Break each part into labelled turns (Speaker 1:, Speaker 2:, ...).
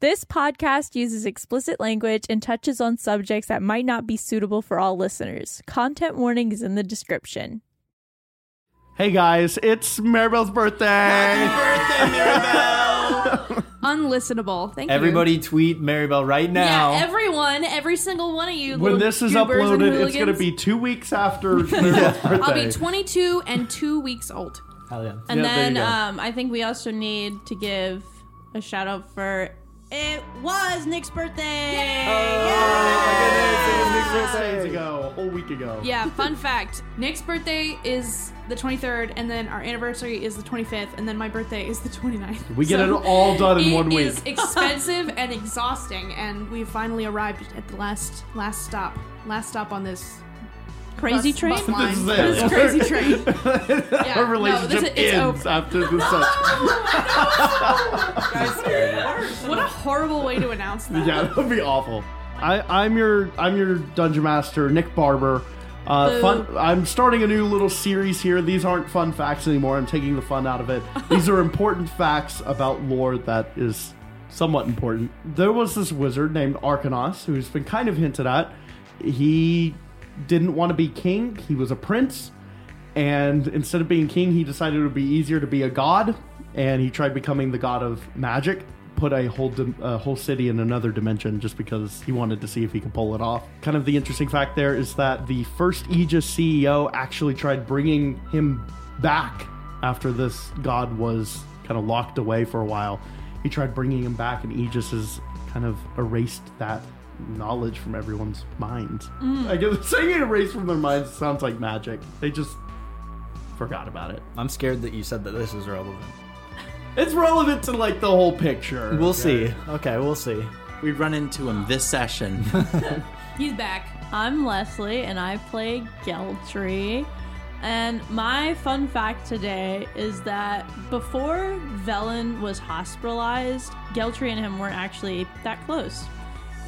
Speaker 1: This podcast uses explicit language and touches on subjects that might not be suitable for all listeners. Content warning is in the description.
Speaker 2: Hey guys, it's Maribel's birthday.
Speaker 3: Unlistenable. Thank
Speaker 4: Everybody tweet Maribel right
Speaker 3: you.
Speaker 4: now.
Speaker 3: Yeah, everyone, every single one of you.
Speaker 2: When
Speaker 3: little
Speaker 2: this is
Speaker 3: goobers and
Speaker 2: uploaded, it's going to
Speaker 3: hooligans.
Speaker 2: be two weeks after Maribel's birthday.
Speaker 3: I'll be 22 and two weeks old.
Speaker 4: Hell yeah.
Speaker 3: And
Speaker 2: Yeah, there you
Speaker 3: then
Speaker 2: go.
Speaker 3: um, I think we also need to give a shout out for it was Nick's birthday.
Speaker 2: Oh, Six days ago, a whole week ago.
Speaker 3: Yeah, fun fact. Nick's birthday is the 23rd, and then our anniversary is the 25th, and then my birthday is the 29th.
Speaker 2: We get
Speaker 3: So
Speaker 2: it all done in one
Speaker 3: It
Speaker 2: week.
Speaker 3: is expensive and exhausting, and we finally arrived at the last last stop. Last stop on this
Speaker 1: Crazy
Speaker 3: bus-
Speaker 1: train?
Speaker 3: bus line.
Speaker 2: This is it.
Speaker 3: This crazy train.
Speaker 2: Our
Speaker 3: no,
Speaker 2: relationship
Speaker 3: this is- it's
Speaker 2: ends
Speaker 3: over.
Speaker 2: after this session.
Speaker 3: What a horrible way to announce that.
Speaker 2: Yeah, that would be awful. I, I'm your I'm your dungeon master, Nick Barber. Uh, fun, I'm starting a new little series here. These aren't fun facts anymore. I'm taking the fun out of it. These are important facts about lore that is somewhat important. There was this wizard named Arcanos who's been kind of hinted at. He didn't want to be king. He was a prince, and instead of being king, he decided it would be easier to be a god, and he tried becoming the god of magic. Put a whole dim- a whole city in another dimension just because he wanted to see if he could pull it off. Kind of the interesting fact there is that the first Aegis CEO actually tried bringing him back after this god was kind of locked away for a while. He tried bringing him back, and Aegis has kind of erased that knowledge from everyone's minds. I guess saying it erased from their minds sounds like magic. They just forgot about it.
Speaker 4: I'm scared that you said that this is relevant.
Speaker 2: It's relevant to like the whole picture.
Speaker 4: We'll see. Okay, we'll see.
Speaker 5: We run into him this session.
Speaker 3: He's back.
Speaker 1: I'm Leslie and I play Geltry. And my fun fact today is that before Velen was hospitalized, Geltry and him weren't actually that close.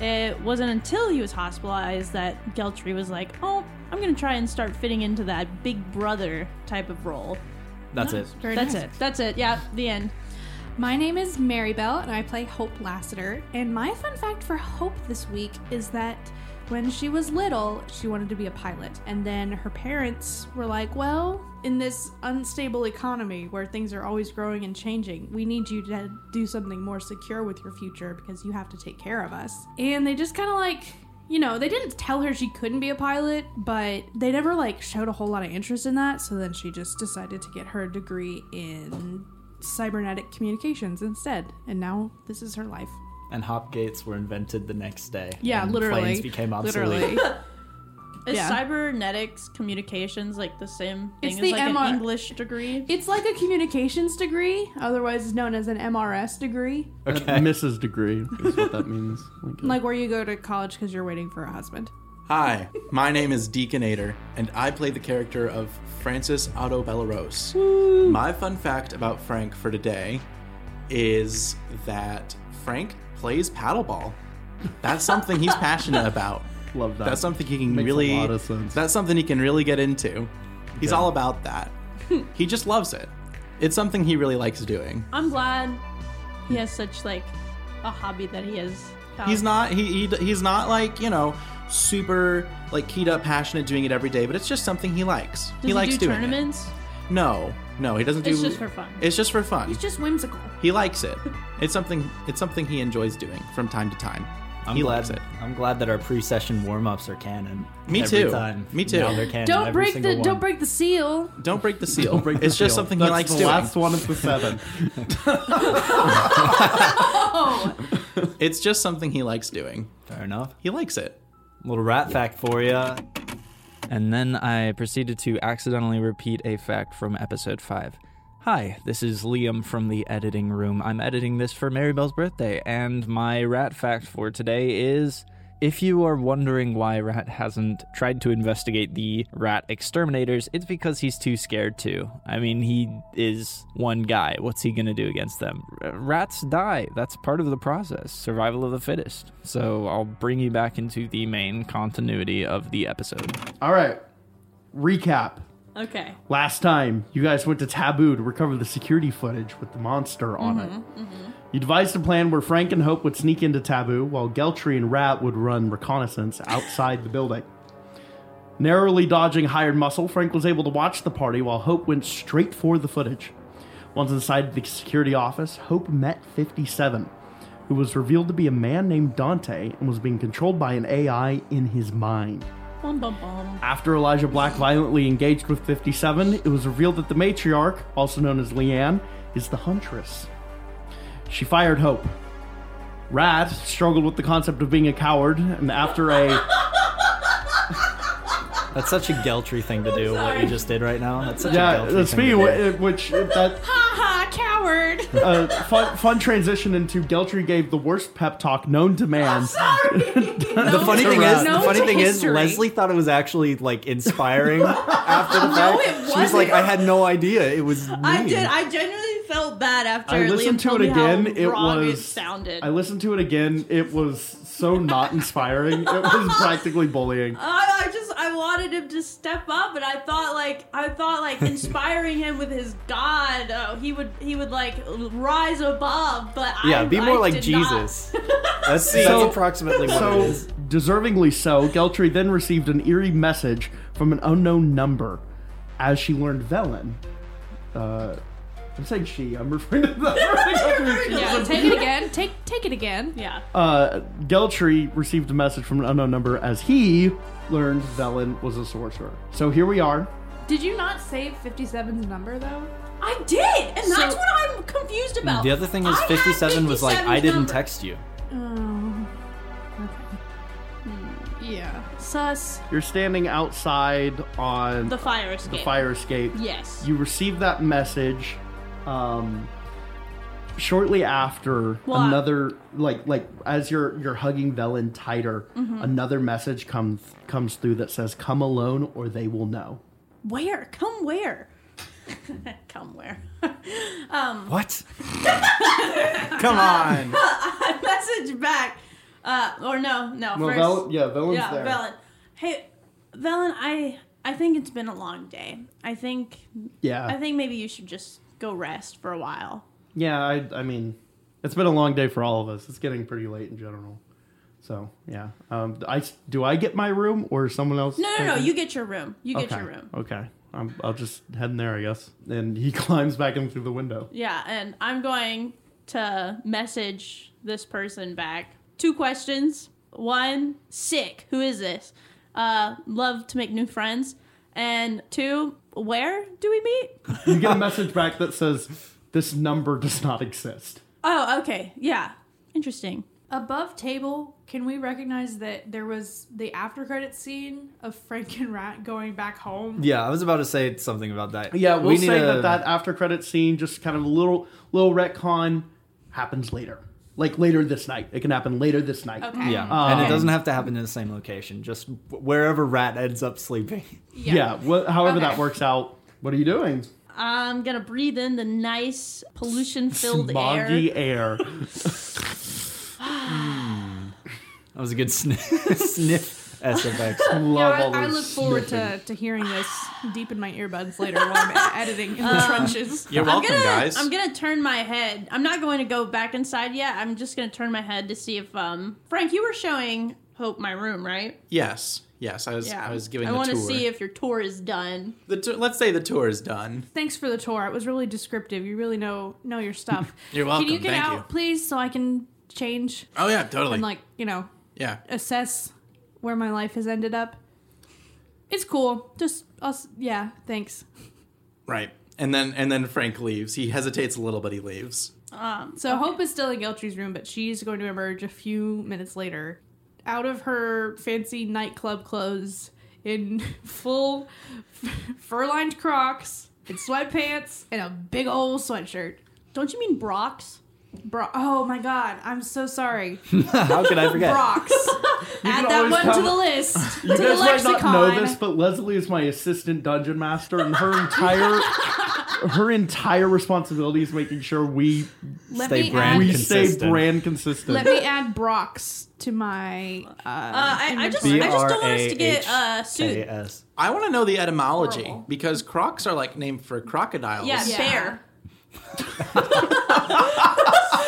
Speaker 1: It wasn't until he was hospitalized that Geltry was like, oh, I'm going to try and start fitting into that big brother type of role.
Speaker 4: That's it.
Speaker 3: Very
Speaker 1: That's
Speaker 3: nice.
Speaker 1: it. That's it. Yeah, the end.
Speaker 6: My name is Mary Bell, and I play Hope Lassiter. And my fun fact for Hope this week is that when she was little, she wanted to be a pilot. And then her parents were like, Well,
Speaker 3: In this unstable economy where things are always growing and changing, we need you to do something more secure with your future because you have to take care of us. And they just kind of like, you know, they didn't tell her she couldn't be a pilot, but they never like showed a whole lot of interest in that. So then she just decided to get her degree in cybernetic communications instead. And now this is her life.
Speaker 4: And hop gates were invented the next day.
Speaker 3: Yeah,
Speaker 4: and
Speaker 3: literally.
Speaker 4: Planes became obsolete.
Speaker 3: Literally.
Speaker 1: Is
Speaker 3: Yeah.
Speaker 1: cybernetics communications like the same thing
Speaker 3: It's
Speaker 1: as
Speaker 3: the
Speaker 1: like
Speaker 3: MR
Speaker 1: an English degree?
Speaker 3: It's like a communications degree, otherwise known as an MRS degree,
Speaker 2: Okay. Mrs. Degree is what that means. Like,
Speaker 3: like where you go to college because you're waiting for a husband.
Speaker 5: Hi, my name is Deaconator, and I play the character of Francis Otto Belarose. My fun fact about Frank for today is that Frank plays paddleball. That's something he's passionate about.
Speaker 2: Love that.
Speaker 5: That's something he can
Speaker 2: Makes a
Speaker 5: really.
Speaker 2: lot of sense.
Speaker 5: That's something he can really get into. He's all about that. he just loves it. It's something he really likes doing.
Speaker 1: I'm glad he has such like a hobby that he has. found.
Speaker 5: He's not he, he he's not like you know super like keyed up passionate doing it every day, but it's just something he likes.
Speaker 1: Does
Speaker 5: he likes
Speaker 1: do
Speaker 5: doing it.
Speaker 1: tournaments.
Speaker 5: No, no, he doesn't do.
Speaker 1: It's just for fun.
Speaker 5: It's just for fun.
Speaker 3: It's just whimsical.
Speaker 5: he likes it. It's something. It's something he enjoys doing from time to time.
Speaker 4: I'm
Speaker 5: he
Speaker 4: glad.
Speaker 5: likes it.
Speaker 4: I'm glad that our pre-session warm-ups are canon.
Speaker 5: Me
Speaker 4: Every
Speaker 5: too.
Speaker 4: Time.
Speaker 5: Me too.
Speaker 4: Now they're canon.
Speaker 3: Don't
Speaker 4: every
Speaker 3: break the
Speaker 4: single one.
Speaker 3: don't break the seal.
Speaker 5: Don't break the seal.
Speaker 2: break the
Speaker 5: it's just
Speaker 2: seal.
Speaker 5: something
Speaker 2: That's
Speaker 5: he likes
Speaker 2: the
Speaker 5: doing.
Speaker 2: last one of the seven.
Speaker 5: It's just something he likes doing.
Speaker 4: Fair enough.
Speaker 5: He likes it.
Speaker 4: Little rat fact for you.
Speaker 7: And then I proceeded to accidentally repeat a fact from episode 5. Hi, this is Liam from the editing room. I'm editing this for Mary Bell's birthday, and my rat fact for today is if you are wondering why Rat hasn't tried to investigate the rat exterminators, it's because he's too scared to. I mean, he is one guy. What's he gonna do against them? R- rats die. That's part of the process. Survival of the fittest. So I'll bring you back into the main continuity of the episode.
Speaker 2: All right. Recap.
Speaker 4: Okay.
Speaker 2: Last time, you guys went to Taboo to recover the security footage with the monster on it. You devised a plan where Frank and Hope would sneak into Taboo while Geltry and Rat would run reconnaissance outside the building. Narrowly dodging hired muscle, Frank was able to watch the party while Hope went straight for the footage. Once inside the security office, Hope met 57, who was revealed to be a man named Dante and was being controlled by an AI in his mind.
Speaker 4: Bum bum bum.
Speaker 2: After Elijah Black violently engaged with 57, it was revealed that the matriarch, also known as Leanne, is the huntress. She fired Hope. Rat struggled with the concept of being a coward, and after a
Speaker 7: That's such a Geltry thing to do. What you just did right now. That's such
Speaker 2: yeah,
Speaker 7: a Geltry
Speaker 2: that's
Speaker 7: thing.
Speaker 2: me,
Speaker 7: to do.
Speaker 2: wh- uh, which that
Speaker 6: Haha, coward.
Speaker 2: uh, fun, fun transition into Geltry gave the worst pep talk known to man.
Speaker 7: The funny thing is, the
Speaker 6: No
Speaker 7: funny
Speaker 6: to
Speaker 7: thing is,
Speaker 6: history.
Speaker 7: Leslie thought it was actually like inspiring after the fact.
Speaker 4: it
Speaker 7: She was like,
Speaker 4: wasn't.
Speaker 7: I had no idea it was mean.
Speaker 4: I did. I genuinely felt bad after
Speaker 2: I
Speaker 4: Liam
Speaker 2: listened to
Speaker 4: told
Speaker 2: it
Speaker 4: me how
Speaker 2: again. It
Speaker 4: wrong
Speaker 2: was
Speaker 4: it sounded.
Speaker 2: I listened to it again. It was so not inspiring. it was practically bullying.
Speaker 4: I, I just I wanted him to step up, and I thought like I thought like inspiring him with his God, oh, he would he would like rise above. But
Speaker 7: yeah,
Speaker 4: I,
Speaker 7: be more
Speaker 4: I
Speaker 7: like
Speaker 4: did
Speaker 7: Jesus. That's,
Speaker 2: So-
Speaker 7: that's approximately what it
Speaker 2: So,
Speaker 7: is.
Speaker 2: deservingly so, Geltry then received an eerie message from an unknown number as she learned Velen. Uh, I'm saying she, I'm referring to the.
Speaker 6: yeah, take it again. Take take it again.
Speaker 4: Not. Yeah.
Speaker 2: uh, Geltry received a message from an unknown number as he learned Velen was a sorcerer. So here we are.
Speaker 6: Did you not save 57's number though?
Speaker 4: I did, and that's what I'm confused about.
Speaker 7: The other thing is,
Speaker 4: I had
Speaker 7: 57 was like,
Speaker 4: 57's
Speaker 7: I didn't
Speaker 4: number.
Speaker 7: text you.
Speaker 4: Um.
Speaker 6: Yeah.
Speaker 4: Sus
Speaker 2: You're standing outside on
Speaker 4: the
Speaker 2: the,
Speaker 4: fire escape.
Speaker 2: fire escape.
Speaker 4: Yes.
Speaker 2: You received that message. Um, shortly after
Speaker 4: Well, I-
Speaker 2: another like like as you're you're hugging Velen tighter,
Speaker 4: Mm-hmm.
Speaker 2: another message comes comes through that says come alone or they will know.
Speaker 4: where? Come where? Come where?
Speaker 7: What?
Speaker 5: Come on.
Speaker 4: Message back. Uh, or no, no.
Speaker 2: Well,
Speaker 4: first,
Speaker 2: Vel- yeah, Velen's
Speaker 4: yeah,
Speaker 2: there.
Speaker 4: Velen. Hey, Velen, I I think it's been a long day. I think
Speaker 2: Yeah.
Speaker 4: I think maybe you should just go rest for a while.
Speaker 2: yeah, I I mean, it's been a long day for all of us. It's getting pretty late in general. So, yeah. Um I s- do I get my room or is someone else?
Speaker 4: No, no, no.
Speaker 2: taking-
Speaker 4: You get your room. You get
Speaker 2: okay.
Speaker 4: your room.
Speaker 2: Okay. I'm, I'll just head in there, I guess. And he climbs back in through the window.
Speaker 4: Yeah, and I'm going to message this person back. Two questions. One, sick. Who is this? Uh, love to make new friends. And two, where do we meet?
Speaker 2: You get a message back that says this number does not exist.
Speaker 4: Oh, okay. Yeah. Interesting.
Speaker 3: Above table, can we recognize that there was the after credit scene of Frank and Rat going back home?
Speaker 7: Yeah, I was about to say something about that.
Speaker 2: Yeah, we'll
Speaker 7: we need
Speaker 2: say
Speaker 7: a-
Speaker 2: that that after credit scene, just kind of a little little retcon, happens later. Like later this night. It can happen later this night.
Speaker 4: Okay.
Speaker 7: Yeah, and
Speaker 2: Um,
Speaker 7: it doesn't have to happen in the same location. Just wh- wherever Rat ends up sleeping.
Speaker 2: Yeah. wha- however that works out. What are you doing?
Speaker 4: I'm going to breathe in the nice pollution filled air.
Speaker 2: Smoggy air.
Speaker 7: That was a good sniff. sniff SFX.
Speaker 2: Love
Speaker 3: I,
Speaker 2: all
Speaker 3: I
Speaker 2: those
Speaker 3: look forward to, to hearing this deep in my earbuds later while I'm editing in the trenches.
Speaker 5: You're
Speaker 4: I'm
Speaker 5: welcome,
Speaker 4: gonna,
Speaker 5: guys.
Speaker 4: I'm gonna turn my head. I'm not going to go back inside yet. I'm just gonna turn my head to see if um Frank, you were showing Hope my room, right?
Speaker 5: yes. Yes, I was. I was giving
Speaker 4: I
Speaker 5: the
Speaker 4: wanna
Speaker 5: tour.
Speaker 4: see if your tour is done.
Speaker 5: the t- let's say the tour is done.
Speaker 3: Thanks for the tour. It was really descriptive. You really know know your stuff.
Speaker 5: You're welcome.
Speaker 3: Can you get
Speaker 5: Thank
Speaker 3: out,
Speaker 5: you.
Speaker 3: please, so I can change
Speaker 5: Oh yeah, totally.
Speaker 3: and like you know
Speaker 5: yeah.
Speaker 3: assess where my life has ended up? It's cool. Just us. Yeah. Thanks.
Speaker 5: Right. And then and then Frank leaves. He hesitates a little, but he leaves.
Speaker 3: So Hope is still in Geltry's room, but she's going to emerge a few minutes later out of her fancy nightclub clothes in full fur lined crocs and sweatpants and a big old sweatshirt.
Speaker 4: Don't you mean Brock's?
Speaker 3: Bro- oh my god, I'm so sorry.
Speaker 7: How could I forget?
Speaker 3: Brox. Add that
Speaker 2: always
Speaker 3: one to
Speaker 2: come-
Speaker 3: the list.
Speaker 2: You guys
Speaker 3: to the
Speaker 2: might
Speaker 3: lexicon.
Speaker 2: not know this, but Leslie is my assistant dungeon master, and her entire her entire responsibility is making sure we
Speaker 3: Let
Speaker 7: Stay
Speaker 3: me
Speaker 7: brand
Speaker 2: we
Speaker 3: add.
Speaker 2: stay
Speaker 7: consistent.
Speaker 2: brand consistent.
Speaker 3: Let me add Brox to my. Uh,
Speaker 4: Uh, I, I just, I just don't want us to get uh, sued.
Speaker 7: B-R-A-H-K-S.
Speaker 5: I want to know the etymology
Speaker 3: Horrible.
Speaker 5: because crocs are like named for crocodiles.
Speaker 4: Yeah,
Speaker 3: Yeah.
Speaker 4: bear.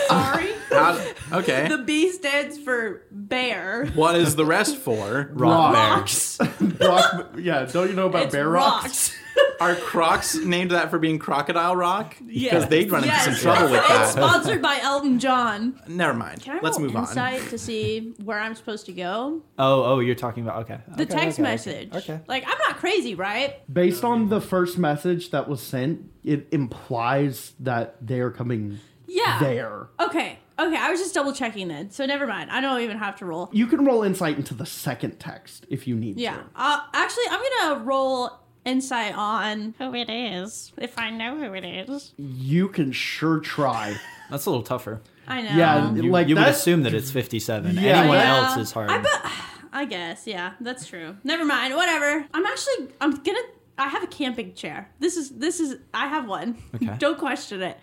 Speaker 3: sorry.
Speaker 5: How- okay.
Speaker 4: The B stands for bear.
Speaker 5: what is the rest for?
Speaker 2: Rock.
Speaker 4: Rocks.
Speaker 2: Rock, yeah, don't you know about
Speaker 4: It's
Speaker 2: bear rocks?
Speaker 4: rocks.
Speaker 5: Are crocs named that for being crocodile rock? Because
Speaker 4: Yes.
Speaker 5: they'd run into
Speaker 4: Yes.
Speaker 5: some trouble with
Speaker 4: It's
Speaker 5: that.
Speaker 4: sponsored by Elton John.
Speaker 5: Never mind.
Speaker 4: Can I
Speaker 5: Let's
Speaker 4: roll
Speaker 5: move
Speaker 4: insight to see where I'm supposed to go?
Speaker 7: Oh, oh, you're talking about okay.
Speaker 4: The
Speaker 7: Okay,
Speaker 4: text
Speaker 7: okay, okay.
Speaker 4: message.
Speaker 7: Okay.
Speaker 4: Like I'm not crazy, right?
Speaker 2: Based on the first message that was sent, it implies that they are coming
Speaker 4: Yeah.
Speaker 2: there.
Speaker 4: Okay. Okay. I was just double checking then. So never mind. I don't even have to roll.
Speaker 2: You can roll insight into the second text if you need
Speaker 4: Yeah.
Speaker 2: to.
Speaker 4: Uh, actually, I'm gonna roll insight on.
Speaker 8: who it is, if I know who it is.
Speaker 2: You can sure try.
Speaker 7: That's a little tougher.
Speaker 4: I know.
Speaker 2: Yeah.
Speaker 7: You,
Speaker 2: Like
Speaker 7: you would
Speaker 2: that-
Speaker 7: assume that it's 57.
Speaker 2: Yeah.
Speaker 7: Anyone
Speaker 4: Yeah.
Speaker 7: else is hard.
Speaker 4: I bet. I guess. Yeah. That's true. Never mind. Whatever. I'm actually. I'm gonna. I have a camping chair. This is. This is. I have one.
Speaker 7: Okay.
Speaker 4: don't question it.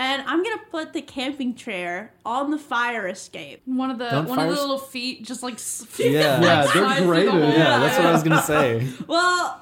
Speaker 4: And I'm gonna put the camping chair on the fire escape.
Speaker 3: One of the
Speaker 7: Don't
Speaker 3: one of
Speaker 7: fire-
Speaker 3: the little feet just like s-
Speaker 7: yeah.
Speaker 2: Yeah,
Speaker 3: Like slides
Speaker 2: they're
Speaker 3: through
Speaker 2: great.
Speaker 3: the hole.
Speaker 7: Yeah, that's what I was gonna say.
Speaker 4: Well,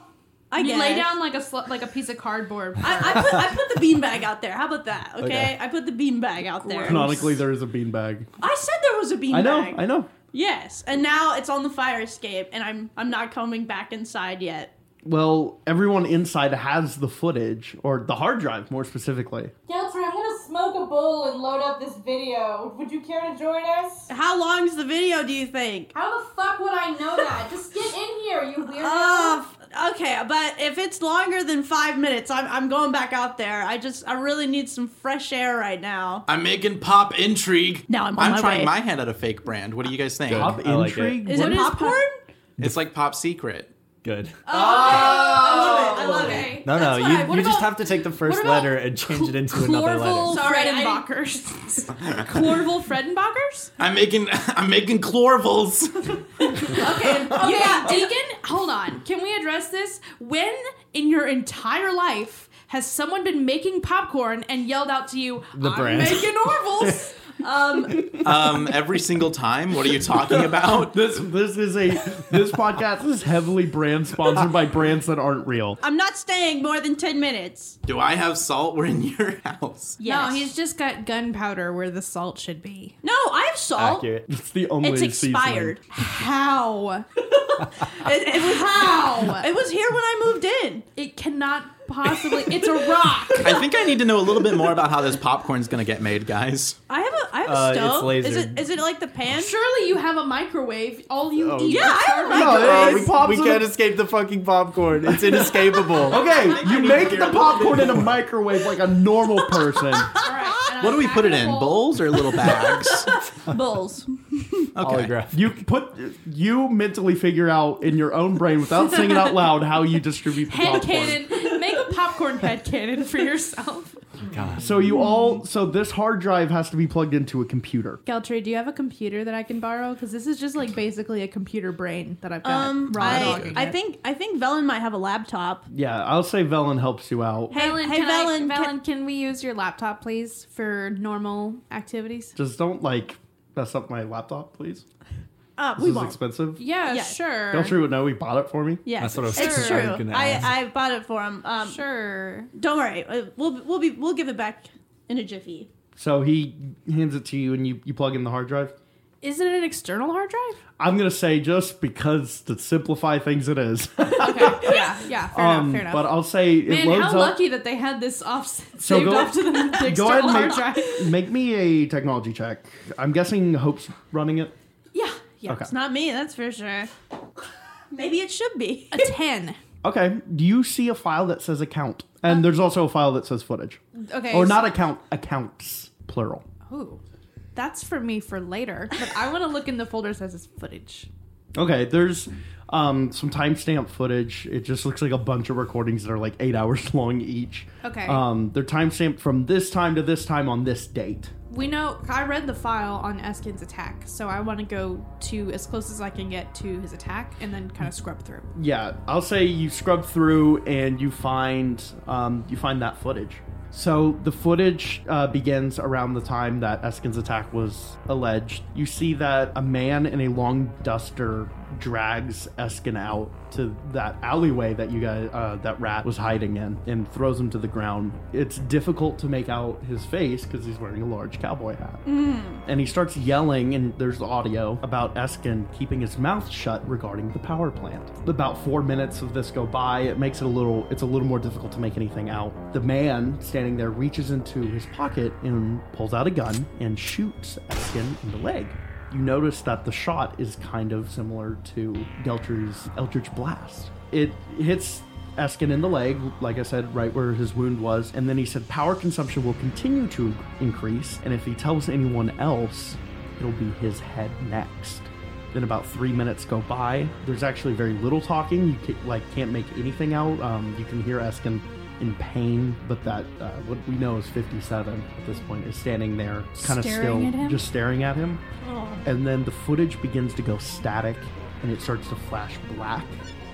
Speaker 4: I
Speaker 3: You
Speaker 4: guess.
Speaker 3: lay down like a sl- like a piece of cardboard.
Speaker 4: I, I put I put the beanbag out there. How about that? Okay,
Speaker 7: Okay.
Speaker 4: I put the beanbag out there.
Speaker 2: Canonically, there is a beanbag.
Speaker 4: I said there was a beanbag.
Speaker 2: I know. I know.
Speaker 4: Yes, and now it's on the fire escape, and I'm I'm not coming back inside yet.
Speaker 2: Well, everyone inside has the footage or the hard drive, more specifically.
Speaker 9: Geltry, I'm gonna smoke a bowl and load up this video. Would you care to join us?
Speaker 4: How long's the video? Do you think?
Speaker 9: How the fuck would I know that? Just get in here, you weirdo.
Speaker 4: Uh, f- okay, but if it's longer than five minutes, I'm I'm going back out there. I just I really need some fresh air right now.
Speaker 5: I'm making pop intrigue.
Speaker 4: Now I'm on
Speaker 5: I'm
Speaker 4: my
Speaker 5: trying
Speaker 4: way.
Speaker 5: my hand at a fake brand. What do you guys think?
Speaker 2: Pop
Speaker 7: I like it.
Speaker 2: intrigue.
Speaker 4: Is it
Speaker 3: is
Speaker 4: popcorn?
Speaker 5: It's like pop secret.
Speaker 7: Good. Oh.
Speaker 4: I love it. I love it.
Speaker 3: okay.
Speaker 7: no, no,
Speaker 3: That's
Speaker 7: you,
Speaker 3: what I- what
Speaker 7: you just
Speaker 3: about
Speaker 7: have to take the first
Speaker 3: about
Speaker 7: letter and change it into another
Speaker 3: Clorville
Speaker 7: letter.
Speaker 4: Sorry, I-
Speaker 3: Fredenbachers. Clorville Fredenbachers?
Speaker 5: I'm making I'm making chlorvals.
Speaker 3: Yeah, Deacon, hold on. Can we address this? When in your entire life has someone been making popcorn and yelled out to you,
Speaker 7: The
Speaker 3: I'm
Speaker 7: brand."
Speaker 3: making Orville's?
Speaker 5: um, every single time. What are you talking about?
Speaker 2: This this is a this podcast is heavily brand sponsored by brands that aren't real.
Speaker 4: I'm not staying more than ten minutes.
Speaker 5: Do I have salt? We're in your house.
Speaker 4: Yes.
Speaker 3: No, he's just got gunpowder where the salt should be.
Speaker 4: no. I have salt.
Speaker 7: Accurate.
Speaker 2: It's the only
Speaker 4: It's
Speaker 2: seasoning.
Speaker 4: expired.
Speaker 3: How?
Speaker 4: It, it was how? It was here when I moved in.
Speaker 3: It cannot possibly. It's a rock.
Speaker 5: I think I need to know a little bit more about how this popcorn's gonna get made, guys.
Speaker 4: I have a I have a
Speaker 7: Uh, it's
Speaker 4: stove. Is
Speaker 7: lasered.
Speaker 4: it is it like the pan?
Speaker 3: Surely you have a microwave. All you eat.
Speaker 4: Oh, Yeah, I have a
Speaker 2: No,
Speaker 4: microwave.
Speaker 2: it-
Speaker 7: we,
Speaker 2: it pops in
Speaker 7: can't
Speaker 2: the-
Speaker 7: escape the fucking popcorn. It's inescapable.
Speaker 2: Okay, you make the popcorn in a microwave like a normal person.
Speaker 5: What do we put it in? Bowls or little bags?
Speaker 4: Bowls.
Speaker 5: Okay.
Speaker 7: Polygraph.
Speaker 2: You put you mentally figure out in your own brain without saying it out loud how you distribute the
Speaker 3: Head
Speaker 2: popcorn.
Speaker 3: cannon. Make a popcorn head cannon for yourself.
Speaker 2: So you all so this hard drive has to be plugged into a computer.
Speaker 3: Geltry, do you have a computer that I can borrow? Because this is just like basically a computer brain that I've got.
Speaker 4: Um,
Speaker 3: raw
Speaker 4: I,
Speaker 3: dogging
Speaker 4: I
Speaker 3: it.
Speaker 4: think I think Velen might have a laptop.
Speaker 2: Yeah, I'll say Velen helps you out.
Speaker 4: Hey,
Speaker 3: Velen,
Speaker 4: hey,
Speaker 3: can I-
Speaker 4: Velen,
Speaker 3: Velen,
Speaker 4: can-
Speaker 3: can, we use your laptop, please, for normal activities?
Speaker 2: Just don't like mess up my laptop, please.
Speaker 4: Uh,
Speaker 2: This
Speaker 4: we
Speaker 2: is
Speaker 4: won't.
Speaker 2: expensive.
Speaker 3: Yeah,
Speaker 4: Yeah.
Speaker 3: sure.
Speaker 2: Geltry would know he bought it for me.
Speaker 4: yeah,
Speaker 7: That's what I was
Speaker 4: it's
Speaker 7: kinda
Speaker 4: true.
Speaker 7: gonna
Speaker 4: I,
Speaker 7: ask.
Speaker 4: I bought it for him. Um,
Speaker 3: Sure.
Speaker 4: Don't worry. Uh, We'll we'll be we'll give it back in a jiffy.
Speaker 2: So he hands it to you and you, you plug in the hard drive.
Speaker 3: Is it an external hard drive?
Speaker 2: I'm gonna say just because to simplify things it is.
Speaker 3: Okay. yeah. Yeah. Fair
Speaker 2: um,
Speaker 3: enough. Fair enough.
Speaker 2: but I'll say it
Speaker 3: Man,
Speaker 2: loads
Speaker 3: how
Speaker 2: up.
Speaker 3: lucky that they had this off
Speaker 2: So
Speaker 3: saved
Speaker 2: go-
Speaker 3: off to the, the
Speaker 2: Go ahead
Speaker 3: external hard
Speaker 2: and
Speaker 3: drive.
Speaker 2: make, make me a technology check. I'm guessing Hope's running it.
Speaker 3: Yeah. Yeah.
Speaker 2: Okay.
Speaker 4: It's not me, that's for sure. Maybe it should be.
Speaker 3: A ten.
Speaker 2: Okay. Do you see a file that says account?
Speaker 3: Uh,
Speaker 2: And there's also a file that says footage.
Speaker 3: Okay.
Speaker 2: Or not account, accounts, plural.
Speaker 3: Ooh, that's for me for later. But I want to look in the folder that says footage.
Speaker 2: Okay, there's um, some timestamp footage. It just looks like a bunch of recordings that are like eight hours long each.
Speaker 3: Okay.
Speaker 2: Um, they're timestamped from this time to this time on this date.
Speaker 3: We know I read the file on Eskin's attack, so I want to go to as close as I can get to his attack and then kind of scrub through.
Speaker 2: Yeah, I'll say you scrub through and you find um, you find that footage. So the footage uh, begins around the time that Eskin's attack was alleged. You see that a man in a long duster drags Eskin out to that alleyway that you guys uh, that Rat was hiding in and throws him to the ground. It's difficult to make out his face because he's wearing a large cowboy hat and he starts yelling and there's audio about Eskin keeping his mouth shut regarding the power plant. About 4 minutes of this go by, it makes it a little it's a little more difficult to make anything out. The man standing there reaches into his pocket and pulls out a gun and shoots Eskin in the leg. You notice that the shot is kind of similar to Geltry's Eldritch Blast. It hits Eskin in the leg, like I said, right where his wound was. And then he said power consumption will continue to increase, and if he tells anyone else, it'll be his head next. Then about three minutes go by. There's actually very little talking. You ca like can't make anything out. Um, you can hear Eskin in pain, but that uh, what we know is 57 at this point is standing there, kind of still,
Speaker 3: Staring at him? Oh.
Speaker 2: just staring at him. And then the footage begins to go static, and it starts to flash black,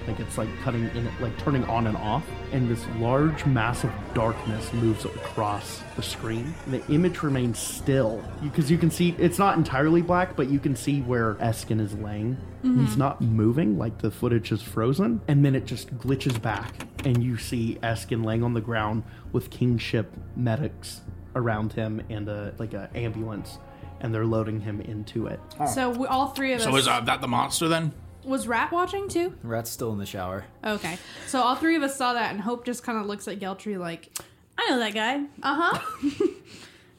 Speaker 2: like it's like cutting in, like turning on and off. And this large mass of darkness moves across the screen. And the image remains still because you can see it's not entirely black, but you can see where Eskin is laying. He's not moving, like the footage is frozen. And then it just glitches back, and you see Eskin laying on the ground with kingship medics around him and a like a ambulance and they're loading him into it.
Speaker 3: So we, all three of us
Speaker 5: So is uh, that the monster then?
Speaker 3: was rat watching too.
Speaker 7: Rat's still in the shower.
Speaker 3: Okay, so all three of us saw that, and Hope just kind of looks at Geltry like,
Speaker 4: I know that guy.
Speaker 3: uh huh.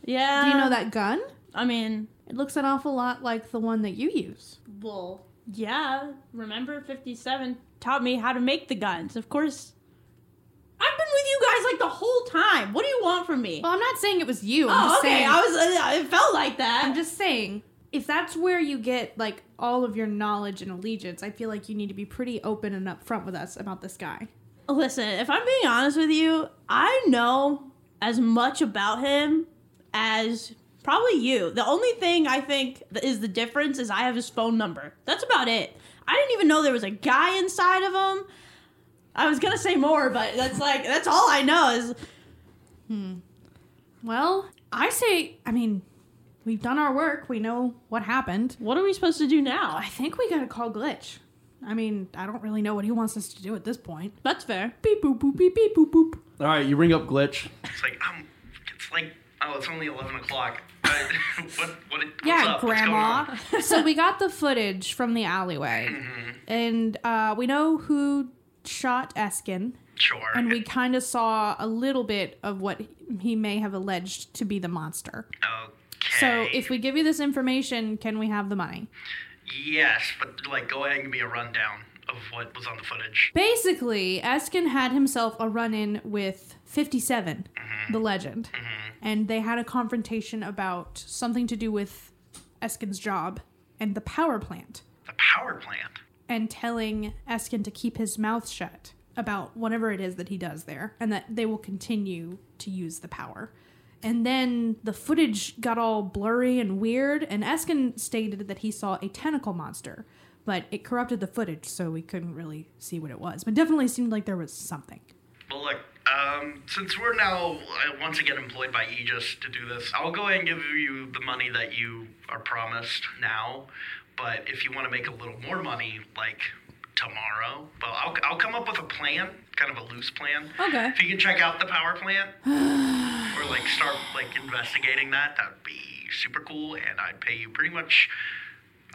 Speaker 4: Yeah.
Speaker 3: Do
Speaker 4: Um,
Speaker 3: you know that gun?
Speaker 4: I mean,
Speaker 3: It looks an awful lot like the one that you use.
Speaker 4: well, yeah. Remember, 57 taught me how to make the guns. Of course. I've been with you guys like the whole time. What do you want from me?
Speaker 3: Well, I'm not saying it was you. I'm
Speaker 4: oh,
Speaker 3: just
Speaker 4: okay.
Speaker 3: saying.
Speaker 4: I was. Uh, it felt like that.
Speaker 3: I'm just saying, if that's where you get like all of your knowledge and allegiance, I feel like you need to be pretty open and upfront with us about this guy.
Speaker 4: Listen, if I'm being honest with you, I know as much about him as probably you. The only thing I think that is the difference is I have his phone number. That's about it. I didn't even know there was a guy inside of him. I was gonna say more, but that's like that's all I know is
Speaker 3: Well, I say, I mean, we've done our work. We know what happened.
Speaker 4: what are we supposed to do now?
Speaker 3: I think we gotta call Glitch. I mean, I don't really know what he wants us to do at this point.
Speaker 4: That's fair.
Speaker 3: Beep boop boop beep beep boop boop.
Speaker 2: All right, you ring up Glitch.
Speaker 10: It's like I'm. It's like oh, it's only eleven o'clock. I, what what? What's
Speaker 3: Yeah,
Speaker 10: up? What's going on? Mm-hmm.
Speaker 3: Grandma. so we got the footage from the alleyway, and uh, we know who shot Eskin.
Speaker 10: Sure.
Speaker 3: and we kind of saw a little bit of what he may have alleged to be the monster.
Speaker 10: okay.
Speaker 3: So, if we give you this information, can we have the money?
Speaker 10: yes, but like go ahead and give me a rundown of what was on the footage.
Speaker 3: Basically, Eskin had himself a run in with 57,
Speaker 10: Mm-hmm.
Speaker 3: the legend, and they had a confrontation about something to do with Eskin's job and the power plant,
Speaker 10: The power plant.
Speaker 3: and telling Eskin to keep his mouth shut about whatever it is that he does there, and that they will continue to use the power. And then the footage got all blurry and weird, and Eskin stated that he saw a tentacle monster, but it corrupted the footage, so we couldn't really see what it was. But definitely seemed like there was something.
Speaker 10: Well, look. Um, since we're now uh, once again employed by Aegis to do this, I'll go ahead and give you the money that you are promised now. But if you want to make a little more money, like tomorrow, well, I'll, I'll come up with a plan, kind of a loose plan.
Speaker 3: Okay.
Speaker 10: If you can check out the power plant or like start like investigating that, that would be super cool, and I'd pay you pretty much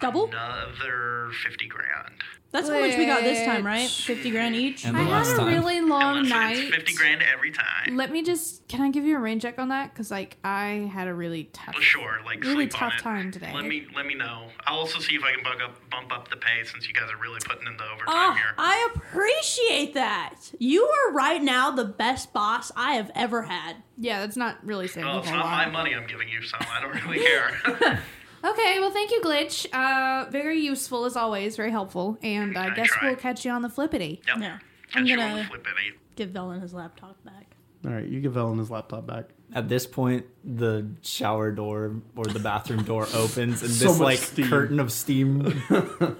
Speaker 4: Double?
Speaker 10: another fifty grand.
Speaker 4: That's how much we got this time, right? Fifty grand each.
Speaker 11: And
Speaker 3: I
Speaker 11: the last
Speaker 3: had a
Speaker 11: time.
Speaker 3: really long
Speaker 10: Unless
Speaker 3: night.
Speaker 10: it's fifty grand every time.
Speaker 3: Let me just. Can I give you a rain check on that? Because like I had a really tough.
Speaker 10: Well, Oh, sure. Like
Speaker 3: Really
Speaker 10: sleep on
Speaker 3: tough
Speaker 10: it.
Speaker 3: time today.
Speaker 10: Let me let me know. I'll also see if I can bug up, bump up the pay since you guys are really putting in the overtime
Speaker 3: Ah,
Speaker 4: Oh,
Speaker 10: here.
Speaker 4: I appreciate that. You are right now the best boss I have ever had.
Speaker 3: Yeah, that's not really saying
Speaker 10: well,
Speaker 3: a
Speaker 10: Oh, it's
Speaker 3: whole
Speaker 10: not my
Speaker 3: lot.
Speaker 10: money I'm giving you, so I don't really care.
Speaker 3: Okay, well, thank you, Glitch. Uh, very useful as always, very helpful. And I
Speaker 10: I
Speaker 3: guess
Speaker 10: tried.
Speaker 3: we'll catch you on the flippity.
Speaker 10: Yep.
Speaker 4: Yeah. I'm
Speaker 10: Catch you on the
Speaker 4: gonna-
Speaker 10: flippity.
Speaker 4: Give Velen his laptop back.
Speaker 2: All right, you give Ellen his laptop back.
Speaker 7: At this point, the shower door or the bathroom door opens, and
Speaker 2: So
Speaker 7: this
Speaker 2: much
Speaker 7: like
Speaker 2: steam.
Speaker 7: curtain of steam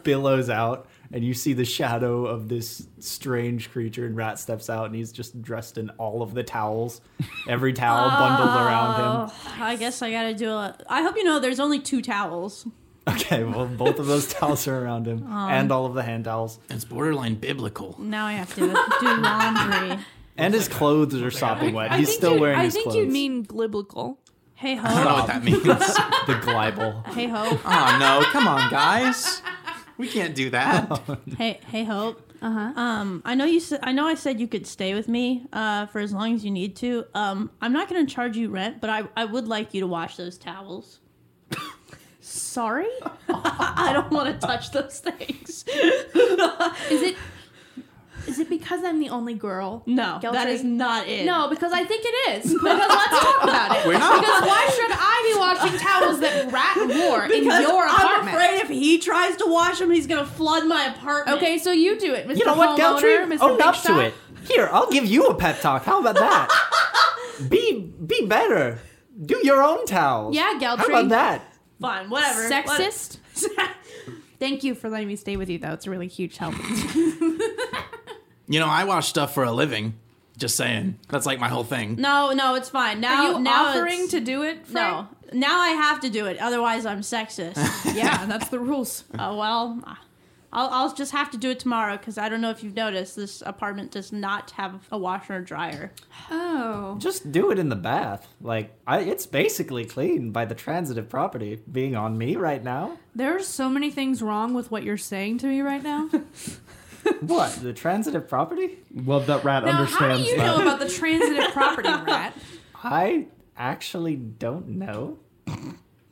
Speaker 7: billows out, and you see the shadow of this strange creature. And Rat steps out, and he's just dressed in all of the towels, every towel bundled around him.
Speaker 4: I guess I gotta do a. I hope you know there's only two towels.
Speaker 3: Oh.
Speaker 7: Okay, well, both of those towels are around him, and all of the hand towels,
Speaker 5: It's borderline biblical.
Speaker 4: Now I have to do laundry.
Speaker 7: and his clothes are sopping wet. He's still wearing
Speaker 3: I
Speaker 7: his
Speaker 3: think
Speaker 7: clothes.
Speaker 3: you mean biblical.
Speaker 4: Hey
Speaker 5: I don't know
Speaker 4: ho.
Speaker 5: what that means.
Speaker 7: the glibel.
Speaker 4: Hey ho.
Speaker 5: oh no, come on, guys. We can't do that.
Speaker 4: Hey, hey, Hope. Uh
Speaker 3: Uh-huh.
Speaker 4: huh. Um, I know you. Sa- I know I said you could stay with me uh, for as long as you need to. Um, I'm not going to charge you rent, but I, I would like you to wash those towels.
Speaker 3: Sorry?
Speaker 4: I don't want to touch those things.
Speaker 3: Is it is it because I'm the only girl?
Speaker 4: No, that
Speaker 3: Geltry?
Speaker 4: is not it.
Speaker 3: No, because I think it is. Because let's talk about it.
Speaker 5: We're not.
Speaker 3: Because why should I be washing towels that Rat wore in
Speaker 4: Because
Speaker 3: your
Speaker 4: I'm
Speaker 3: apartment?
Speaker 4: afraid if he tries to wash them, he's going to flood my apartment.
Speaker 3: Okay, so you do it, Mr.
Speaker 7: You know what,
Speaker 3: Homeowner,
Speaker 7: Geltry?
Speaker 3: Mr.
Speaker 7: Own
Speaker 3: Big
Speaker 7: up
Speaker 3: Shot.
Speaker 7: to it. Here, I'll give you a pep talk. How about that? be be better. Do your own towels.
Speaker 3: Yeah,
Speaker 7: How
Speaker 3: Geltry.
Speaker 7: about that?
Speaker 4: fine, whatever.
Speaker 3: Sexist. Thank you for letting me stay with you, though. It's a really huge help.
Speaker 5: You know, I wash stuff for a living. Just saying. That's like my whole thing.
Speaker 4: No, no, it's fine. Now,
Speaker 3: Are you
Speaker 4: now
Speaker 3: offering
Speaker 4: it's-
Speaker 3: to do it? Frank?
Speaker 4: No, now I have to do it. Otherwise, I'm sexist.
Speaker 3: Yeah, that's the rules.
Speaker 4: Oh well, I'll, I'll just have to do it tomorrow because I don't know if you've noticed this apartment does not have a washer or dryer.
Speaker 3: Oh.
Speaker 7: Just do it in the bath. Like I, it's basically clean by the transitive property being on me right now.
Speaker 3: There are so many things wrong with what you're saying to me right now.
Speaker 7: What the transitive property?
Speaker 2: Love that rat
Speaker 3: now, how do
Speaker 2: understands
Speaker 3: you
Speaker 2: that.
Speaker 3: know about the transitive property, Rat?
Speaker 7: I actually don't know.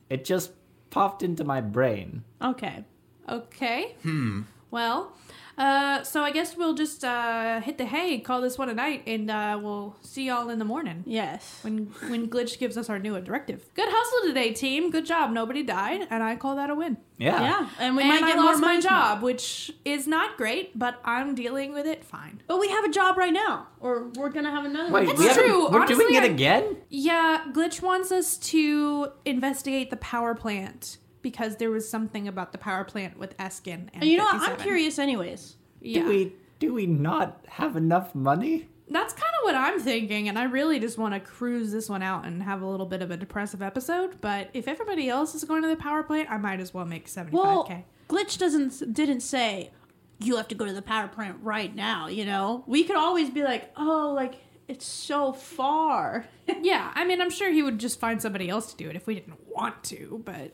Speaker 7: It just popped into my brain.
Speaker 4: Okay.
Speaker 3: Okay. Hmm. Well, uh, so I guess we'll just uh, hit the hay, call this one a night, and uh, we'll see y'all in the morning.
Speaker 4: Yes.
Speaker 3: When when Glitch gives us our new directive. Good hustle today, team. Good job. Nobody died, and I call that a win.
Speaker 7: Yeah.
Speaker 4: Yeah, and we
Speaker 3: and
Speaker 4: might
Speaker 3: I
Speaker 4: get more
Speaker 3: lost my
Speaker 4: money,
Speaker 3: job, which is not great, but I'm dealing with it fine.
Speaker 4: but we have a job right now, or we're gonna have another.
Speaker 7: Wait,
Speaker 4: one.
Speaker 7: we haven't-
Speaker 3: true.
Speaker 7: We're doing
Speaker 3: Honestly,
Speaker 7: it
Speaker 3: I-
Speaker 7: again.
Speaker 3: Yeah, Glitch wants us to investigate the power plant because there was something about the power plant with Eskin. And
Speaker 4: And you know what? I'm
Speaker 3: 57.
Speaker 4: curious, anyways.
Speaker 3: Yeah.
Speaker 7: Do we do we not have enough money?
Speaker 3: That's kind of what I'm thinking, and I really just want to cruise this one out and have a little bit of a depressive episode. But if everybody else is going to the power plant, I might as well make 75k.
Speaker 4: Well, Glitch doesn't didn't say you have to go to the power plant right now. You know, we could always be like, oh, like it's so far.
Speaker 3: yeah, I mean, I'm sure he would just find somebody else to do it if we didn't want to, but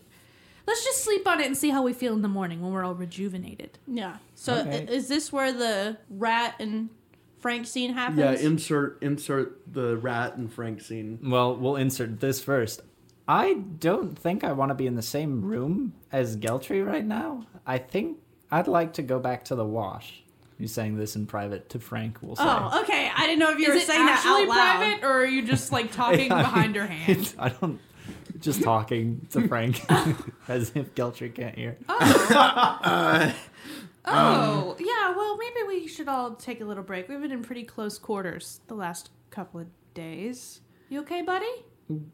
Speaker 3: let's just sleep on it and see how we feel in the morning when we're all rejuvenated.
Speaker 4: yeah. So
Speaker 7: Okay.
Speaker 4: i- is this where the rat and Frank scene happens?
Speaker 2: Yeah, insert insert the rat and Frank scene.
Speaker 7: Well, we'll insert this first. I don't think I want to be in the same room as Geltry right now. I think I'd like to go back to the wash. You saying this in private to Frank, we'll say.
Speaker 4: Oh, okay. I didn't know if you were
Speaker 3: Is it
Speaker 4: saying that
Speaker 3: actually
Speaker 4: out loud.
Speaker 3: private, or are you just like talking
Speaker 7: I mean,
Speaker 3: behind her hand?
Speaker 7: I don't just talking to Frank as if Geltry can't hear.
Speaker 3: Oh, yeah. Well, maybe we should all take a little break. We've been in pretty close quarters the last couple of days. You okay, buddy?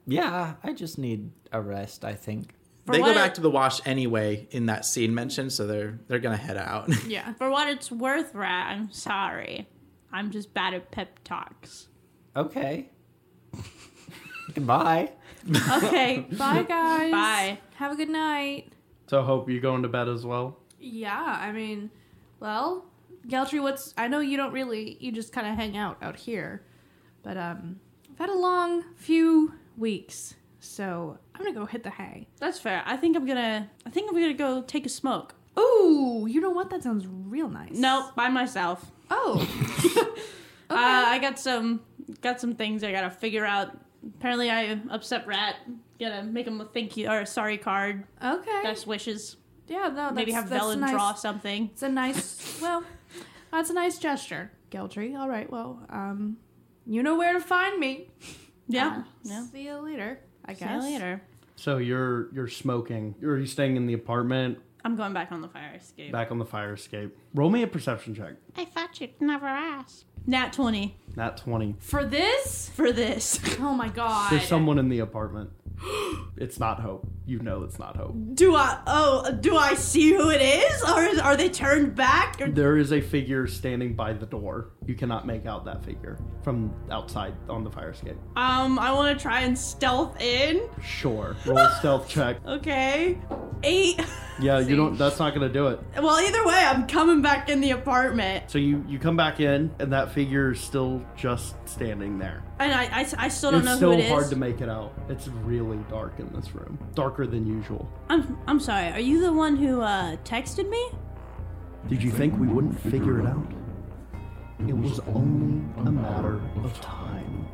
Speaker 7: Yeah, I just need a rest, I think.
Speaker 5: They go
Speaker 4: what-
Speaker 5: back to the wash anyway in that scene mentioned, so they're they're gonna head out.
Speaker 3: Yeah.
Speaker 4: For what it's worth, Rat, I'm sorry. I'm just bad at pep talks.
Speaker 7: Okay. Goodbye.
Speaker 4: Okay.
Speaker 3: Bye, guys.
Speaker 4: Bye.
Speaker 3: Have a good night.
Speaker 2: So hope you going to bed as well.
Speaker 3: Yeah, I mean, well, Geltry, what's. I know you don't really. You just kind of hang out out here. But, um, I've had a long few weeks. So I'm going to go hit the hay.
Speaker 4: That's fair. I think I'm gonna. I think I'm gonna go take a smoke.
Speaker 3: Ooh, you know what? That sounds real nice.
Speaker 4: No, by myself.
Speaker 3: Oh.
Speaker 4: Uh, I got some. Got some things I gotta figure out. Apparently, I upset Rat. Gotta make him a thank you or a sorry card.
Speaker 3: Okay.
Speaker 4: Best wishes.
Speaker 3: yeah, no, that's,
Speaker 4: Maybe have
Speaker 3: that's
Speaker 4: Velen
Speaker 3: nice.
Speaker 4: draw something.
Speaker 3: It's a nice, well, that's a nice gesture, Geltry. All right, well, um, you know where to find me.
Speaker 4: Yeah.
Speaker 3: Uh,
Speaker 4: yeah.
Speaker 3: See you later. I
Speaker 4: See
Speaker 3: guess.
Speaker 4: you later.
Speaker 2: So you're you're smoking. Are you staying in the apartment?
Speaker 4: I'm going back on the fire escape.
Speaker 2: Back on the fire escape. Roll me a perception check.
Speaker 8: I thought you'd never ask.
Speaker 4: Nat 20
Speaker 2: Not twenty.
Speaker 3: For this?
Speaker 4: for this.
Speaker 3: Oh my god.
Speaker 2: There's someone in the apartment. It's not Hope. You know it's not Hope.
Speaker 4: Do I? Oh, do I see who it is? Or is, are they turned back? Or,
Speaker 2: There is a figure standing by the door. You cannot make out that figure from outside on the fire escape.
Speaker 4: um, I want to try and stealth in.
Speaker 2: Sure. Roll a stealth check.
Speaker 4: Okay, eight.
Speaker 2: Yeah, you don't. That's not gonna do it.
Speaker 4: Well, either way, I'm coming back in the apartment,
Speaker 2: So you you come back in, and that figure is still just standing there.
Speaker 4: and I, I, I still don't
Speaker 2: it's
Speaker 4: know
Speaker 2: still
Speaker 4: who it is.
Speaker 2: hard to make it out. It's really dark in this room, darker than usual.
Speaker 4: I'm, I'm sorry. Are you the one who uh, texted me?
Speaker 2: Did you think we wouldn't figure it out? It was only a matter of time.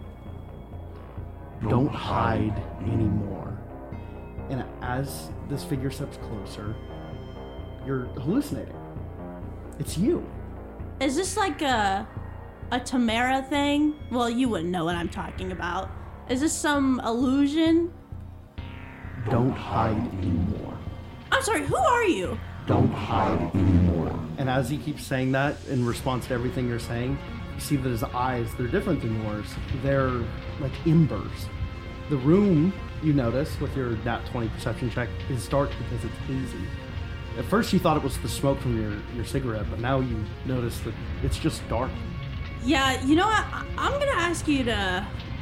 Speaker 2: Don't hide anymore. And as this figure steps closer, you're hallucinating. It's you.
Speaker 4: Is this like a a Tamara thing? Well, you wouldn't know what I'm talking about. Is this some illusion?
Speaker 2: Don't hide anymore.
Speaker 4: I'm sorry. Who are you?
Speaker 2: Don't hide anymore. And as he keeps saying that in response to everything you're saying, you see that his eyes, they're different than yours. They're like embers. The room, you notice with your nat 20 perception check, is dark because it's hazy. At first you thought it was the smoke from your, your cigarette, but now you notice that it's just dark.
Speaker 4: Yeah, you know what? I, I'm gonna ask you to.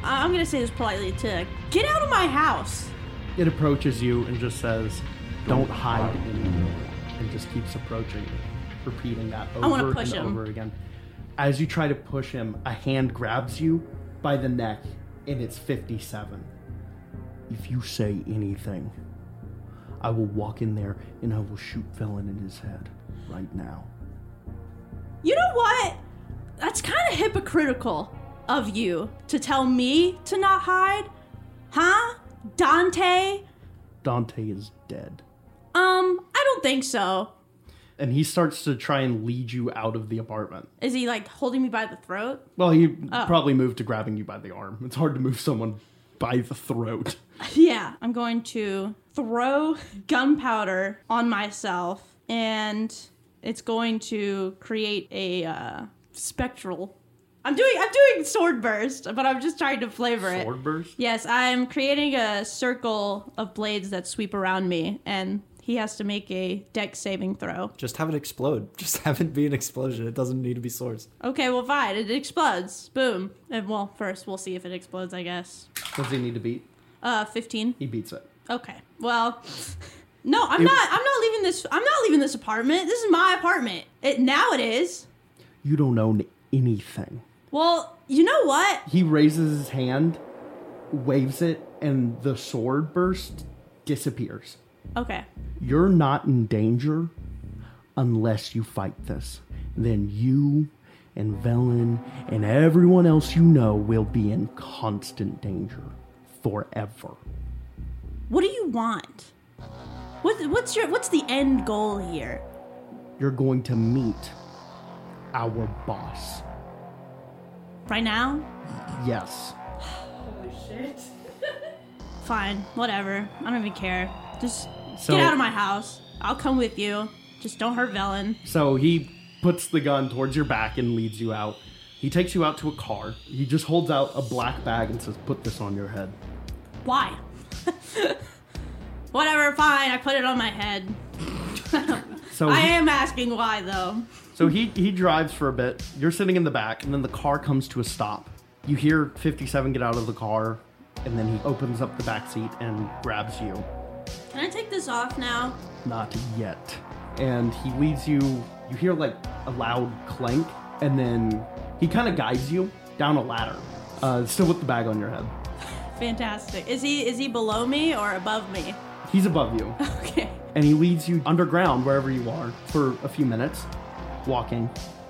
Speaker 4: I- I'm gonna say this politely to get out of my house.
Speaker 2: It approaches you and just says, Don't hide anymore. And just keeps approaching, repeating that
Speaker 4: wanna
Speaker 2: over
Speaker 4: push
Speaker 2: and
Speaker 4: him.
Speaker 2: over again. As you try to push him, a hand grabs you by the neck, and it's 57. If you say anything, I will walk in there and I will shoot Felon in his head right now.
Speaker 4: You know what? That's kind of hypocritical of you to tell me to not hide, huh, Dante?
Speaker 2: Dante is dead.
Speaker 4: Um, I don't think so.
Speaker 2: And he starts to try and lead you out of the apartment.
Speaker 4: Is he like holding me by the throat?
Speaker 2: Well, he probably moved to grabbing you by the arm. It's hard to move someone by the throat.
Speaker 4: Yeah, I'm going to throw gunpowder on myself, and it's going to create a uh, spectral. I'm doing I'm doing sword burst, but I'm just trying to flavor it.
Speaker 2: Sword burst?
Speaker 4: Yes, I'm creating a circle of blades that sweep around me, and he has to make a deck saving throw.
Speaker 7: Just have it explode. Just have it be an explosion. It doesn't need to be swords.
Speaker 4: Okay, well, fine. It explodes. Boom. And, well, first we'll see if it explodes, I guess.
Speaker 2: Does he need to beat?
Speaker 4: Uh, 15.
Speaker 2: He beats it.
Speaker 4: Okay. Well, no, I'm not. I'm not leaving this. I'm not leaving this apartment. This is my apartment. It now it is.
Speaker 2: You don't own anything.
Speaker 4: Well, you know what?
Speaker 2: He raises his hand, waves it, and the sword burst disappears.
Speaker 4: Okay.
Speaker 2: You're not in danger unless you fight this. Then you and Velen and everyone else you know will be in constant danger forever.
Speaker 4: What do you want? What, what's your What's the end goal here?
Speaker 2: You're going to meet our boss.
Speaker 4: Right now?
Speaker 2: Yes.
Speaker 4: Fine. Whatever. I don't even care. Just
Speaker 2: So-
Speaker 4: get out of my house. I'll come with you. Just don't hurt Velen.
Speaker 2: So he puts the gun towards your back and leads you out. He takes you out to a car. He just holds out a black bag and says, Put this on your head.
Speaker 4: Why? Whatever. Fine. I put it on my head.
Speaker 2: So
Speaker 4: I
Speaker 2: Oh, he,
Speaker 4: am asking why though.
Speaker 2: so he, he drives for a bit. You're sitting in the back, and then the car comes to a stop. You hear 57 get out of the car, and then he opens up the back seat and grabs you.
Speaker 4: Can I take this off now?
Speaker 2: Not yet. And he leads you, you hear like a loud clank, and then he kind of guides you down a ladder, uh, still with the bag on your head.
Speaker 4: Fantastic. Is he is he below me or above me?
Speaker 2: He's above you.
Speaker 4: Okay.
Speaker 2: and he leads you underground wherever you are for a few minutes, walking,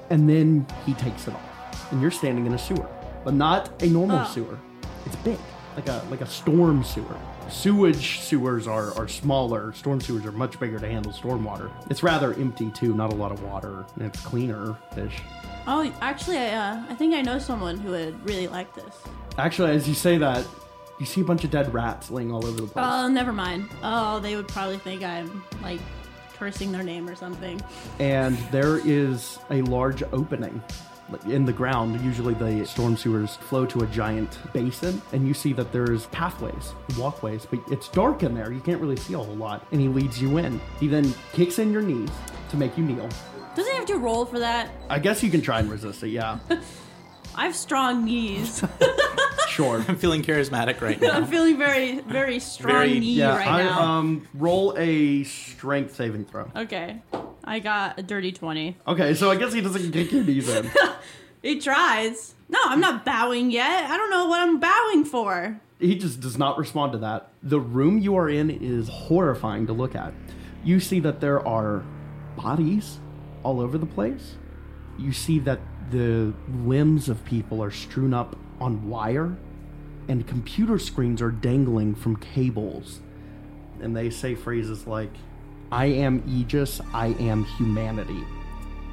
Speaker 2: and then he takes it off, and you're standing in a sewer, but not a normal sewer. It's big, like a like a storm sewer. Sewage sewers are are smaller. Storm sewers are much bigger to handle stormwater. It's rather empty too, not a lot of water, and it's cleaner ish.
Speaker 4: Oh, actually, I uh, I think I know someone who would really like this.
Speaker 2: Actually, as you say that, You see a bunch of dead rats laying all over the place.
Speaker 4: Oh, never mind. Oh, they would probably think I'm like cursing their name or something.
Speaker 2: and there is a large opening in the ground. Usually the storm sewers flow to a giant basin, and you see that there's pathways, walkways, but it's dark in there. You can't really see a whole lot. And he leads you in. He then kicks in your knees to make you kneel.
Speaker 4: Does it have to roll for that?
Speaker 2: I guess you can try and resist it, yeah.
Speaker 4: I have strong knees.
Speaker 2: Sure.
Speaker 5: I'm feeling charismatic right
Speaker 4: I'm
Speaker 5: now.
Speaker 4: feeling very, very strong
Speaker 5: Very-
Speaker 4: knee
Speaker 2: Yeah,
Speaker 4: right
Speaker 2: I, uh,
Speaker 4: now.
Speaker 2: um, roll a strength saving throw.
Speaker 4: okay, I got a dirty twenty.
Speaker 2: Okay, so I guess he doesn't kick your knees in.
Speaker 4: He tries. No, I'm not bowing yet. I don't know what I'm bowing for.
Speaker 2: He just does not respond to that. The room you are in is horrifying to look at. You see that there are bodies all over the place. You see that the limbs of people are strewn up on wire, and computer screens are dangling from cables. And they say phrases like, I am Aegis, I am humanity.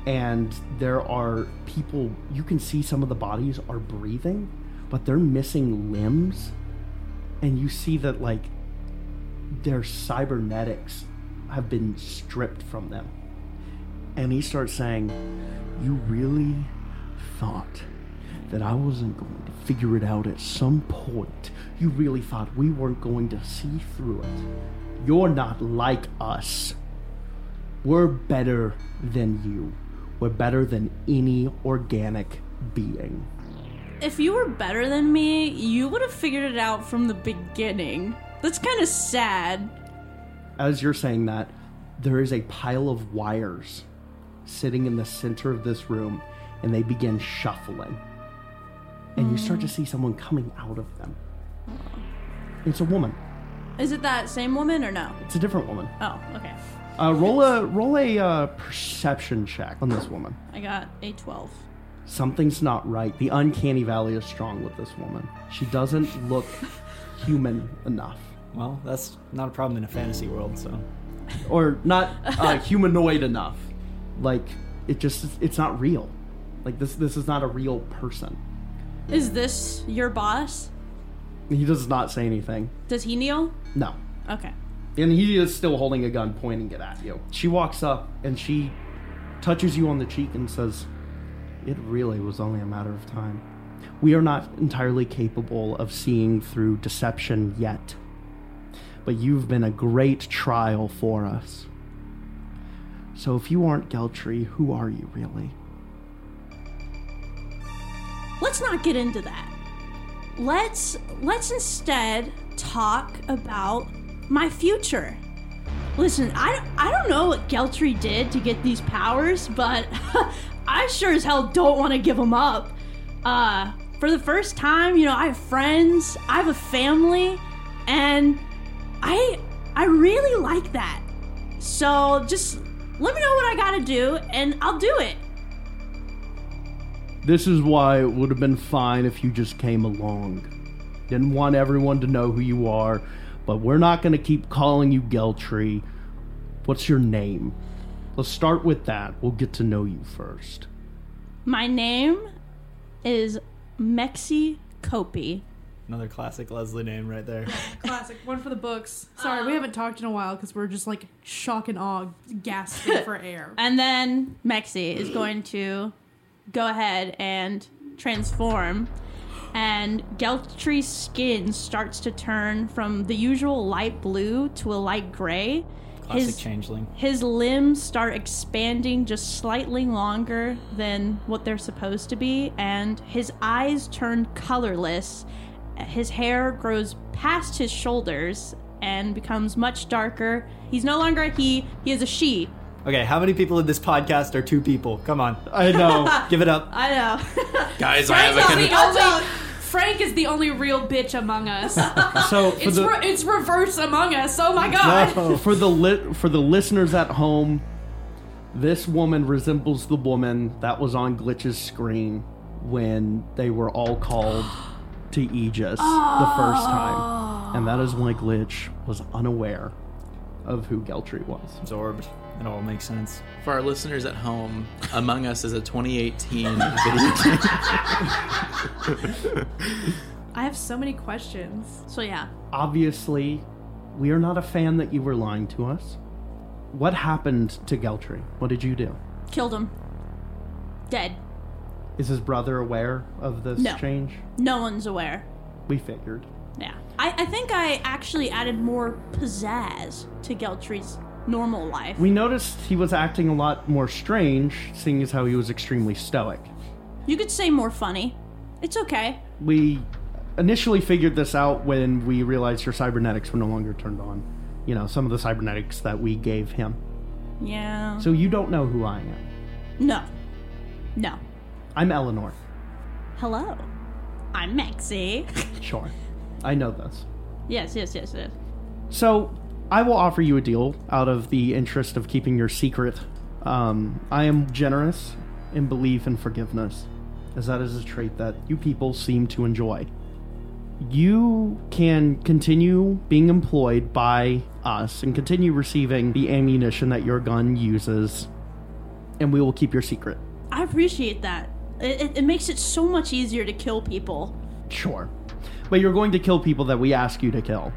Speaker 2: And there are people, you can see some of the bodies are breathing, but they're missing limbs and you see that like their cybernetics have been stripped from them. And he starts saying, "You really thought that I wasn't going to figure it out at some point. You really thought we weren't going to see through it. You're not like us. We're better than you. We're better than any organic being."
Speaker 4: If you were better than me, you would have figured it out from the beginning. That's kind of sad.
Speaker 2: as you're saying that, there is a pile of wires sitting in the center of this room, and they begin shuffling. And you start to see someone coming out of them. It's a woman.
Speaker 4: Is it that same woman or no?
Speaker 2: It's a different woman.
Speaker 4: Oh, okay.
Speaker 2: Uh, roll a roll a uh, perception check on this woman.
Speaker 4: I got a 12.
Speaker 2: Something's not right. The uncanny valley is strong with this woman. She doesn't look human enough,
Speaker 7: Well, that's not a problem in a fantasy world, so.
Speaker 2: or not uh, humanoid enough. Like it just it's not real. Like this this is not a real person.
Speaker 4: Is this your boss?
Speaker 2: He does not say anything.
Speaker 4: Does he kneel?
Speaker 2: No.
Speaker 4: Okay.
Speaker 2: And he is still holding a gun pointing it at you. She walks up and she touches you on the cheek and says, It really was only a matter of time. We are not entirely capable of seeing through deception yet. But you've been a great trial for us. So if you aren't Geltry, who are you really?
Speaker 4: Let's not get into that. Let's let's instead talk about my future. Listen, I, I don't know what Geltry did to get these powers, but I sure as hell don't want to give them up. Uh, for the first time, you know, I have friends, I have a family, and I I really like that. So just let me know what I gotta do, and I'll do it.
Speaker 2: This is why it would have been fine if you just came along. Didn't want everyone to know who you are, but we're not going to keep calling you Geltree. What's your name? Let's start with that. We'll get to know you first.
Speaker 4: My name is Mexi Copy.
Speaker 7: Another classic Leslie name right there.
Speaker 3: Classic. One for the books. Sorry, we haven't talked in a while because we're just like shock and awe, gasping for air.
Speaker 4: And then Mexi is going to go ahead and transform. And Geltry's skin starts to turn from the usual light blue to a light gray.
Speaker 7: Classic
Speaker 4: His-
Speaker 7: changeling.
Speaker 4: His limbs start expanding just slightly longer than what they're supposed to be, and his eyes turn colorless. His hair grows past his shoulders and becomes much darker. He's no longer a he, he is a she.
Speaker 7: Okay, how many people in this podcast are two people? Come on,
Speaker 2: I know.
Speaker 7: give it up.
Speaker 4: I know.
Speaker 5: Guys, I have a
Speaker 3: Frank's
Speaker 5: con-
Speaker 3: the only- Frank is the only real bitch among us.
Speaker 2: so for
Speaker 3: it's
Speaker 2: the
Speaker 3: re- it's reverse among us. Oh my god.
Speaker 2: for the lit for the listeners at home, this woman resembles the woman that was on Glitch's screen when they were all called to Aegis the first time, and that is why Glitch was unaware of who Geltry was.
Speaker 7: Absorbed. It all makes sense.
Speaker 5: for our listeners at home. Among Us is a 2018 video game.
Speaker 3: I have so many questions.
Speaker 4: So yeah,
Speaker 2: Obviously, we are not a fan that you were lying to us. What happened to Geltry? What did you do?
Speaker 4: killed him. Dead.
Speaker 2: Is his brother aware of this
Speaker 4: No.
Speaker 2: change?
Speaker 4: No one's aware.
Speaker 2: We figured.
Speaker 4: Yeah. I, I think I actually added more pizzazz to Geltry's normal life.
Speaker 2: We noticed he was acting a lot more strange, seeing as how he was extremely stoic.
Speaker 4: you could say more funny. It's okay.
Speaker 2: We initially figured this out when we realized your cybernetics were no longer turned on. You know, some of the cybernetics that we gave him.
Speaker 4: Yeah.
Speaker 2: So you don't know who I am.
Speaker 4: no. No.
Speaker 2: I'm Eleanor.
Speaker 4: Hello. I'm Maxie.
Speaker 2: Sure. I know this.
Speaker 4: yes, yes, yes, yes.
Speaker 2: So, I will offer you a deal out of the interest of keeping your secret. Um, I am generous and believe in forgiveness, as that is a trait that you people seem to enjoy. You can continue being employed by us and continue receiving the ammunition that your gun uses, and we will keep your secret.
Speaker 4: I appreciate that. It, it, it makes it so much easier to kill people.
Speaker 2: Sure. But you're going to kill people that we ask you to kill.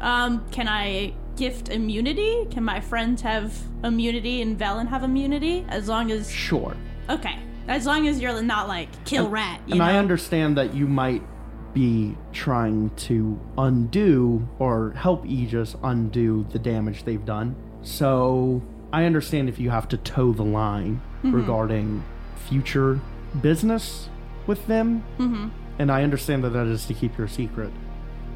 Speaker 4: Um, can I gift immunity? Can my friends have immunity and Velen have immunity? As long as
Speaker 2: Sure.
Speaker 4: okay, as long as you're not like kill rat. You
Speaker 2: and
Speaker 4: know?
Speaker 2: I understand that you might be trying to undo or help Aegis undo the damage they've done. So I understand if you have to toe the line
Speaker 4: Mm-hmm.
Speaker 2: regarding future business with them. Mm-hmm. And I understand that that is to keep your secret.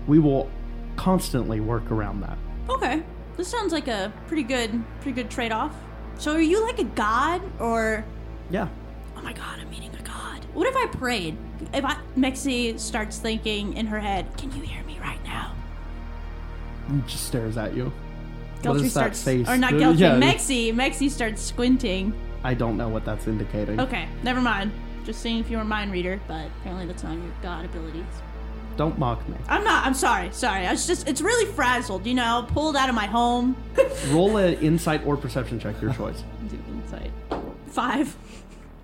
Speaker 2: We will constantly work around that.
Speaker 4: okay, this sounds like a pretty good, pretty good trade off. So are you like a god or?
Speaker 2: Yeah.
Speaker 4: Oh my god, I'm meeting a god. What if I prayed? If I Mexi starts thinking in her head, can you hear me right now?
Speaker 2: And just stares at you. what
Speaker 4: Geltry
Speaker 2: is that
Speaker 4: starts,
Speaker 2: face?
Speaker 4: or not
Speaker 2: Uh,
Speaker 4: Geltry,
Speaker 2: yeah.
Speaker 4: Mexi. Mexi starts squinting.
Speaker 2: I don't know what that's indicating.
Speaker 4: Okay, never mind. Just seeing if you were a mind reader, but apparently that's not your god abilities.
Speaker 2: Don't mock me.
Speaker 4: I'm not. I'm sorry. Sorry. I was just. It's really frazzled, you know. Pulled out of my home.
Speaker 2: Roll an insight or perception check, your choice.
Speaker 4: Do insight. Five.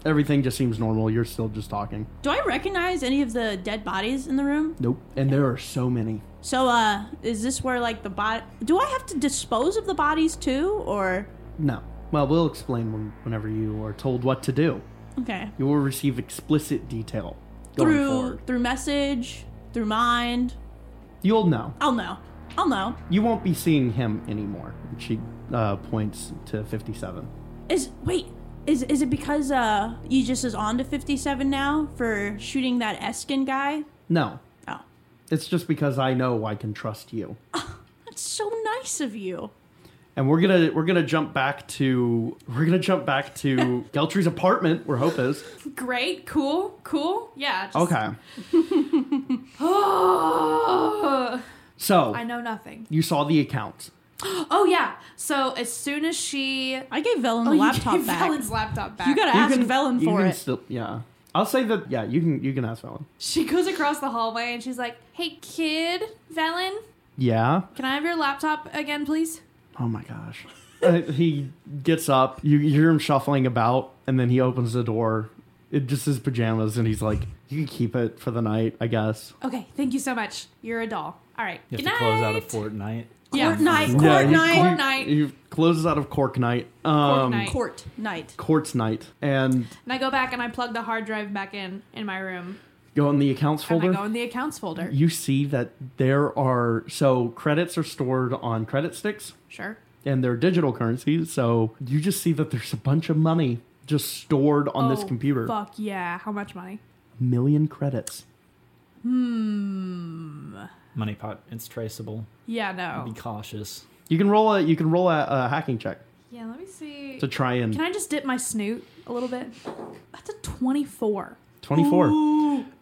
Speaker 2: Everything just seems normal. You're still just talking.
Speaker 4: Do I recognize any of the dead bodies in the room?
Speaker 2: Nope. And there are so many.
Speaker 4: So, uh, is this where like the body? Do I have to dispose of the bodies too, or?
Speaker 2: No. Well, we'll explain when, whenever you are told what to do.
Speaker 4: Okay.
Speaker 2: You will receive explicit detail going
Speaker 4: Through
Speaker 2: forward.
Speaker 4: through message, through mind.
Speaker 2: You'll know.
Speaker 4: I'll know. I'll know.
Speaker 2: You won't be seeing him anymore. She uh, points to 57.
Speaker 4: Is wait, is is it because uh Aegis is on to fifty seven now for shooting that Eskin guy?
Speaker 2: No.
Speaker 4: Oh.
Speaker 2: It's just because I know I can trust you.
Speaker 4: That's so nice of you.
Speaker 2: And we're gonna we're gonna jump back to we're gonna jump back to Geltry's apartment where Hope is.
Speaker 3: Great, cool, cool. Yeah. Just,
Speaker 2: Okay.
Speaker 3: I
Speaker 2: So
Speaker 3: know nothing.
Speaker 2: you saw the account.
Speaker 3: Oh yeah. So as soon as she
Speaker 4: I gave Velen the
Speaker 3: Oh, you
Speaker 4: laptop
Speaker 3: gave
Speaker 4: back.
Speaker 3: Valen's laptop back.
Speaker 4: You gotta ask Velen
Speaker 2: you
Speaker 4: for
Speaker 2: can
Speaker 4: it.
Speaker 2: still- yeah, I'll say that. Yeah, you can. You can ask Velen.
Speaker 3: She goes across the hallway and she's like, "Hey, kid, Velen,
Speaker 2: Yeah.
Speaker 3: can I have your laptop again, please?"
Speaker 2: Oh my gosh. uh, he gets up. You, you hear him shuffling about, and then he opens the door. It just his pajamas, and he's like, "You can keep it for the night, I guess."
Speaker 3: Okay, thank you so much. You're a doll. All right.
Speaker 7: You have
Speaker 3: Good
Speaker 7: to
Speaker 3: night.
Speaker 7: close out a fortnight.
Speaker 4: Court night, court
Speaker 2: Yeah, he-
Speaker 4: night,
Speaker 3: Court night.
Speaker 2: He closes out of Cork Night. Um,
Speaker 3: night.
Speaker 4: court night.
Speaker 2: Court's night, and
Speaker 3: and I go back and I plug the hard drive back in in my room.
Speaker 2: go in the accounts folder.
Speaker 3: And I go in the accounts folder.
Speaker 2: you see that there are so credits are stored on credit sticks
Speaker 3: Sure.
Speaker 2: and they're digital currencies so you just see that there's a bunch of money just stored on this
Speaker 3: Oh,
Speaker 2: computer
Speaker 3: Fuck yeah. How much money?
Speaker 2: million credits
Speaker 7: Money pot. It's traceable.
Speaker 3: Yeah,
Speaker 7: Be
Speaker 3: no.
Speaker 7: cautious.
Speaker 2: you can roll a you can roll a, a hacking check
Speaker 3: Yeah, let me see.
Speaker 2: to try and
Speaker 3: Can I just dip my snoot a little bit? That's a 24.
Speaker 2: 24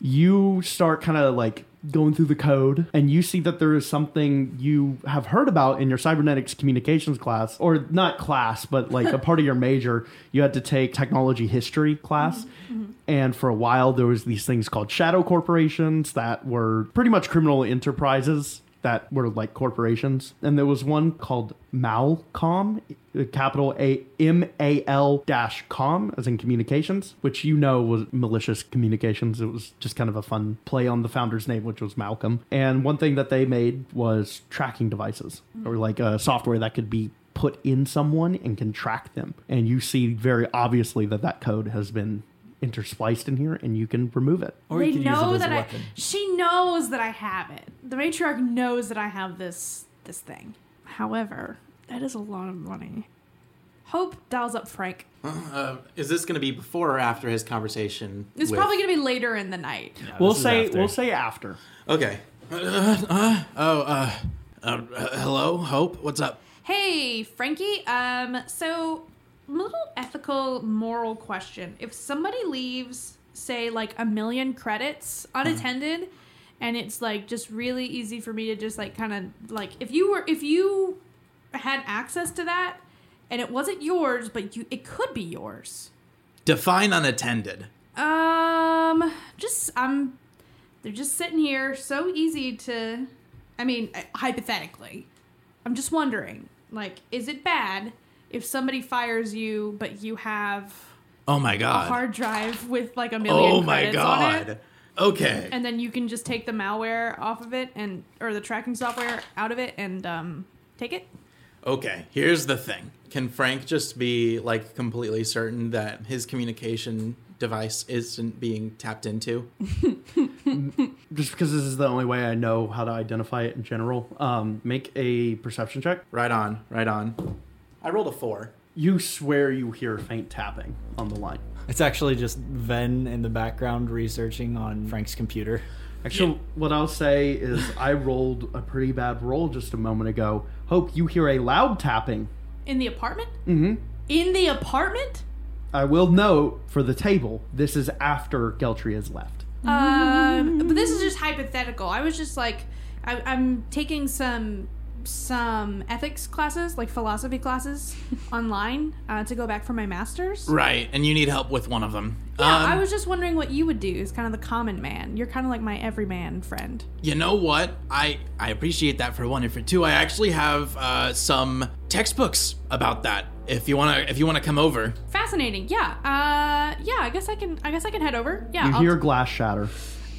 Speaker 2: you start kind of like going through the code and you see that there is something you have heard about in your cybernetics communications class or not class but like a part of your major you had to take technology history class and for a while there was these things called shadow corporations that were pretty much criminal enterprises that were like corporations. And there was one called Malcom, uh, capital A M A L dash com, as in communications, which you know was malicious communications. It was just kind of a fun play on the founder's name, which was Malcolm. And one thing that they made was tracking devices or like uh, software that could be put in someone and can track them. And you see very obviously that that code has been interspliced in here and you can remove it.
Speaker 7: Or
Speaker 3: they
Speaker 7: you could use it
Speaker 3: know
Speaker 7: as
Speaker 3: that
Speaker 7: a
Speaker 3: I.
Speaker 7: weapon.
Speaker 3: She knows that I have it. The matriarch knows that I have this this thing. However, that is a lot of money. Hope dials up Frank.
Speaker 5: Uh, is this going to be before or after his conversation?
Speaker 3: It's
Speaker 5: with-
Speaker 3: probably going to be later in the night.
Speaker 2: we'll
Speaker 7: this is
Speaker 2: say
Speaker 7: after.
Speaker 2: we'll say after.
Speaker 5: Okay. Uh, uh, oh, uh, uh, uh, hello, Hope. What's up?
Speaker 3: Hey, Frankie. Um, so little ethical moral question. If somebody leaves, say like a million credits unattended, and it's like just really easy for me to just like kind of like if you were if you had access to that and it wasn't yours, but you it could be yours.
Speaker 5: Define unattended.
Speaker 3: Um, just I'm they're just sitting here so easy to I mean, uh, hypothetically. I'm just wondering, like is it bad if somebody fires you but you have
Speaker 5: Oh my
Speaker 3: a
Speaker 5: god.
Speaker 3: hard drive with like a million
Speaker 5: oh my
Speaker 3: credits on
Speaker 5: god.
Speaker 3: it?
Speaker 5: Okay.
Speaker 3: And then you can just take the malware off of it and or the tracking software out of it and um take it?
Speaker 5: Okay, here's the thing. Can Frank just be like completely certain that his communication device isn't being tapped into?
Speaker 2: Just because this is the only way I know how to identify it in general. Um, make a perception check.
Speaker 5: Right on, right on. I rolled a four.
Speaker 2: You swear you hear faint tapping on the line.
Speaker 7: It's actually just Ven in the background researching on Frank's computer.
Speaker 2: Actually, what I'll say is I rolled a pretty bad roll just a moment ago. Hope you hear a loud tapping.
Speaker 3: In the apartment? Mm-hmm. In the apartment?
Speaker 2: I will note for the table, this is after Geltry has left.
Speaker 3: Um, but this is just hypothetical. I was just like, I, I'm taking some some ethics classes, like philosophy classes, online uh, to go back for my master's.
Speaker 5: Right, and you need help with one of them.
Speaker 3: Yeah,
Speaker 5: Um,
Speaker 3: I was just wondering what you would do. Is kind of the common man. You're kind of like my everyman friend.
Speaker 5: You know what? I I appreciate that for one, and for two, I actually have uh, some textbooks about that. If you wanna, if you wanna come over,
Speaker 3: Fascinating. Yeah. Uh, yeah. I guess I can. I guess I can head over. Yeah.
Speaker 2: You
Speaker 3: I'll-
Speaker 2: hear glass shatter.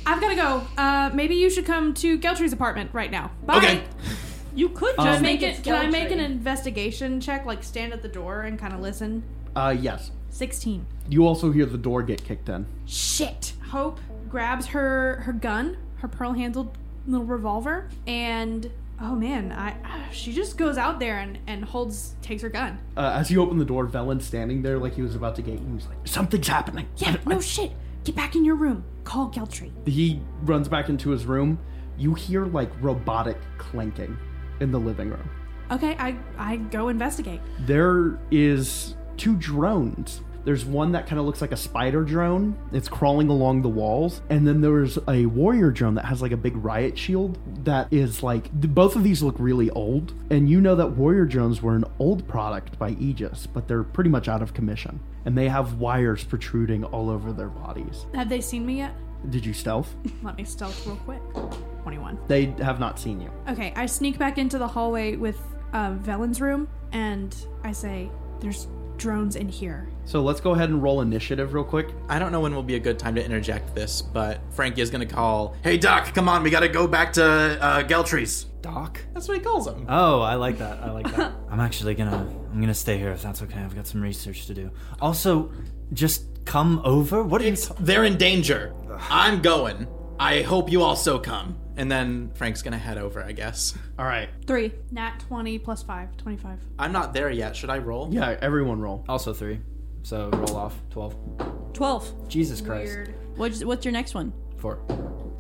Speaker 3: I've got to go. Uh, maybe you should come to Geltry's apartment right now. Bye.
Speaker 5: okay. Um,
Speaker 4: You could
Speaker 3: Can I
Speaker 4: just
Speaker 3: make it?
Speaker 9: it's
Speaker 3: Can I make an
Speaker 9: Geltry.
Speaker 3: investigation check? Like stand at the door and kind of listen.
Speaker 2: Uh, yes.
Speaker 3: Sixteen.
Speaker 2: You also hear the door get kicked in.
Speaker 3: Shit. Hope grabs her her gun, her pearl handled little revolver, and oh man, I ah, she just goes out there and and holds takes her gun.
Speaker 2: Uh, as you open the door, Velen standing there like he was about to get you. He's like, "Something's happening."
Speaker 3: Yeah, no shit. Get back in your room. Call Geltry.
Speaker 2: He runs back into his room. You hear like robotic clanking in the living room.
Speaker 3: Okay, I I go investigate.
Speaker 2: There is two drones. There's one that kind of looks like a spider drone. It's crawling along the walls, and then there's a warrior drone that has like a big riot shield that is like th- both of these look really old. And you know that warrior drones were an old product by Aegis, but they're pretty much out of commission, and they have wires protruding all over their bodies.
Speaker 3: Have they seen me yet?
Speaker 2: Did you stealth?
Speaker 3: Let me stealth real quick. Twenty one.
Speaker 2: They have not seen you.
Speaker 3: Okay, I sneak back into the hallway with uh, Velen's room, and I say, "There's drones in here."
Speaker 2: So let's go ahead and roll initiative real quick.
Speaker 5: I don't know when will be a good time to interject this, but Frank is gonna call. Hey Doc, come on, we gotta go back to uh, Geltry's.
Speaker 7: Doc?
Speaker 5: That's what he calls him.
Speaker 7: Oh, I like that. I like that.
Speaker 11: I'm actually gonna I'm gonna stay here if that's okay. I've got some research to do. Also, just come over. What are you?
Speaker 5: It's- they're in danger. I'm going. I hope you also come. And then Frank's gonna head over, I guess.
Speaker 2: All right.
Speaker 3: Three. Nat 20 plus 5. 25.
Speaker 5: I'm not there yet. Should I roll?
Speaker 2: Yeah, everyone roll.
Speaker 7: also three. So roll off. Twelve.
Speaker 4: twelve.
Speaker 7: Jesus Christ.
Speaker 4: What's, what's your next one?
Speaker 7: Four.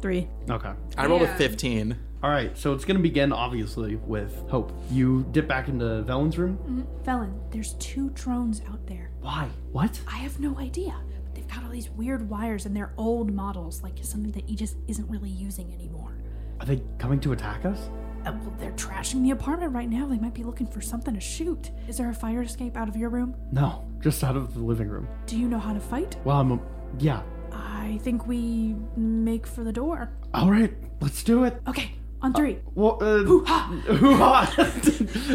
Speaker 4: Three.
Speaker 2: Okay.
Speaker 5: I rolled a 15.
Speaker 2: All right, so it's going to begin obviously with Hope. You dip back into Velen's room.
Speaker 3: Felon, Mm-hmm. there's two drones out there.
Speaker 2: Why? What?
Speaker 3: I have no idea. But they've got all these weird wires and they're old models, like something that Aegis isn't really using anymore.
Speaker 2: Are they coming to attack us?
Speaker 3: Uh, well, they're trashing the apartment right now. They might be looking for something to shoot. Is there a fire escape out of your room?
Speaker 2: No, just out of the living room.
Speaker 3: Do you know how to fight?
Speaker 2: Well, I'm. yeah.
Speaker 3: I think we make for the door.
Speaker 2: All right, let's do it.
Speaker 3: Okay, On three.
Speaker 2: Well, uh, hoo-ha.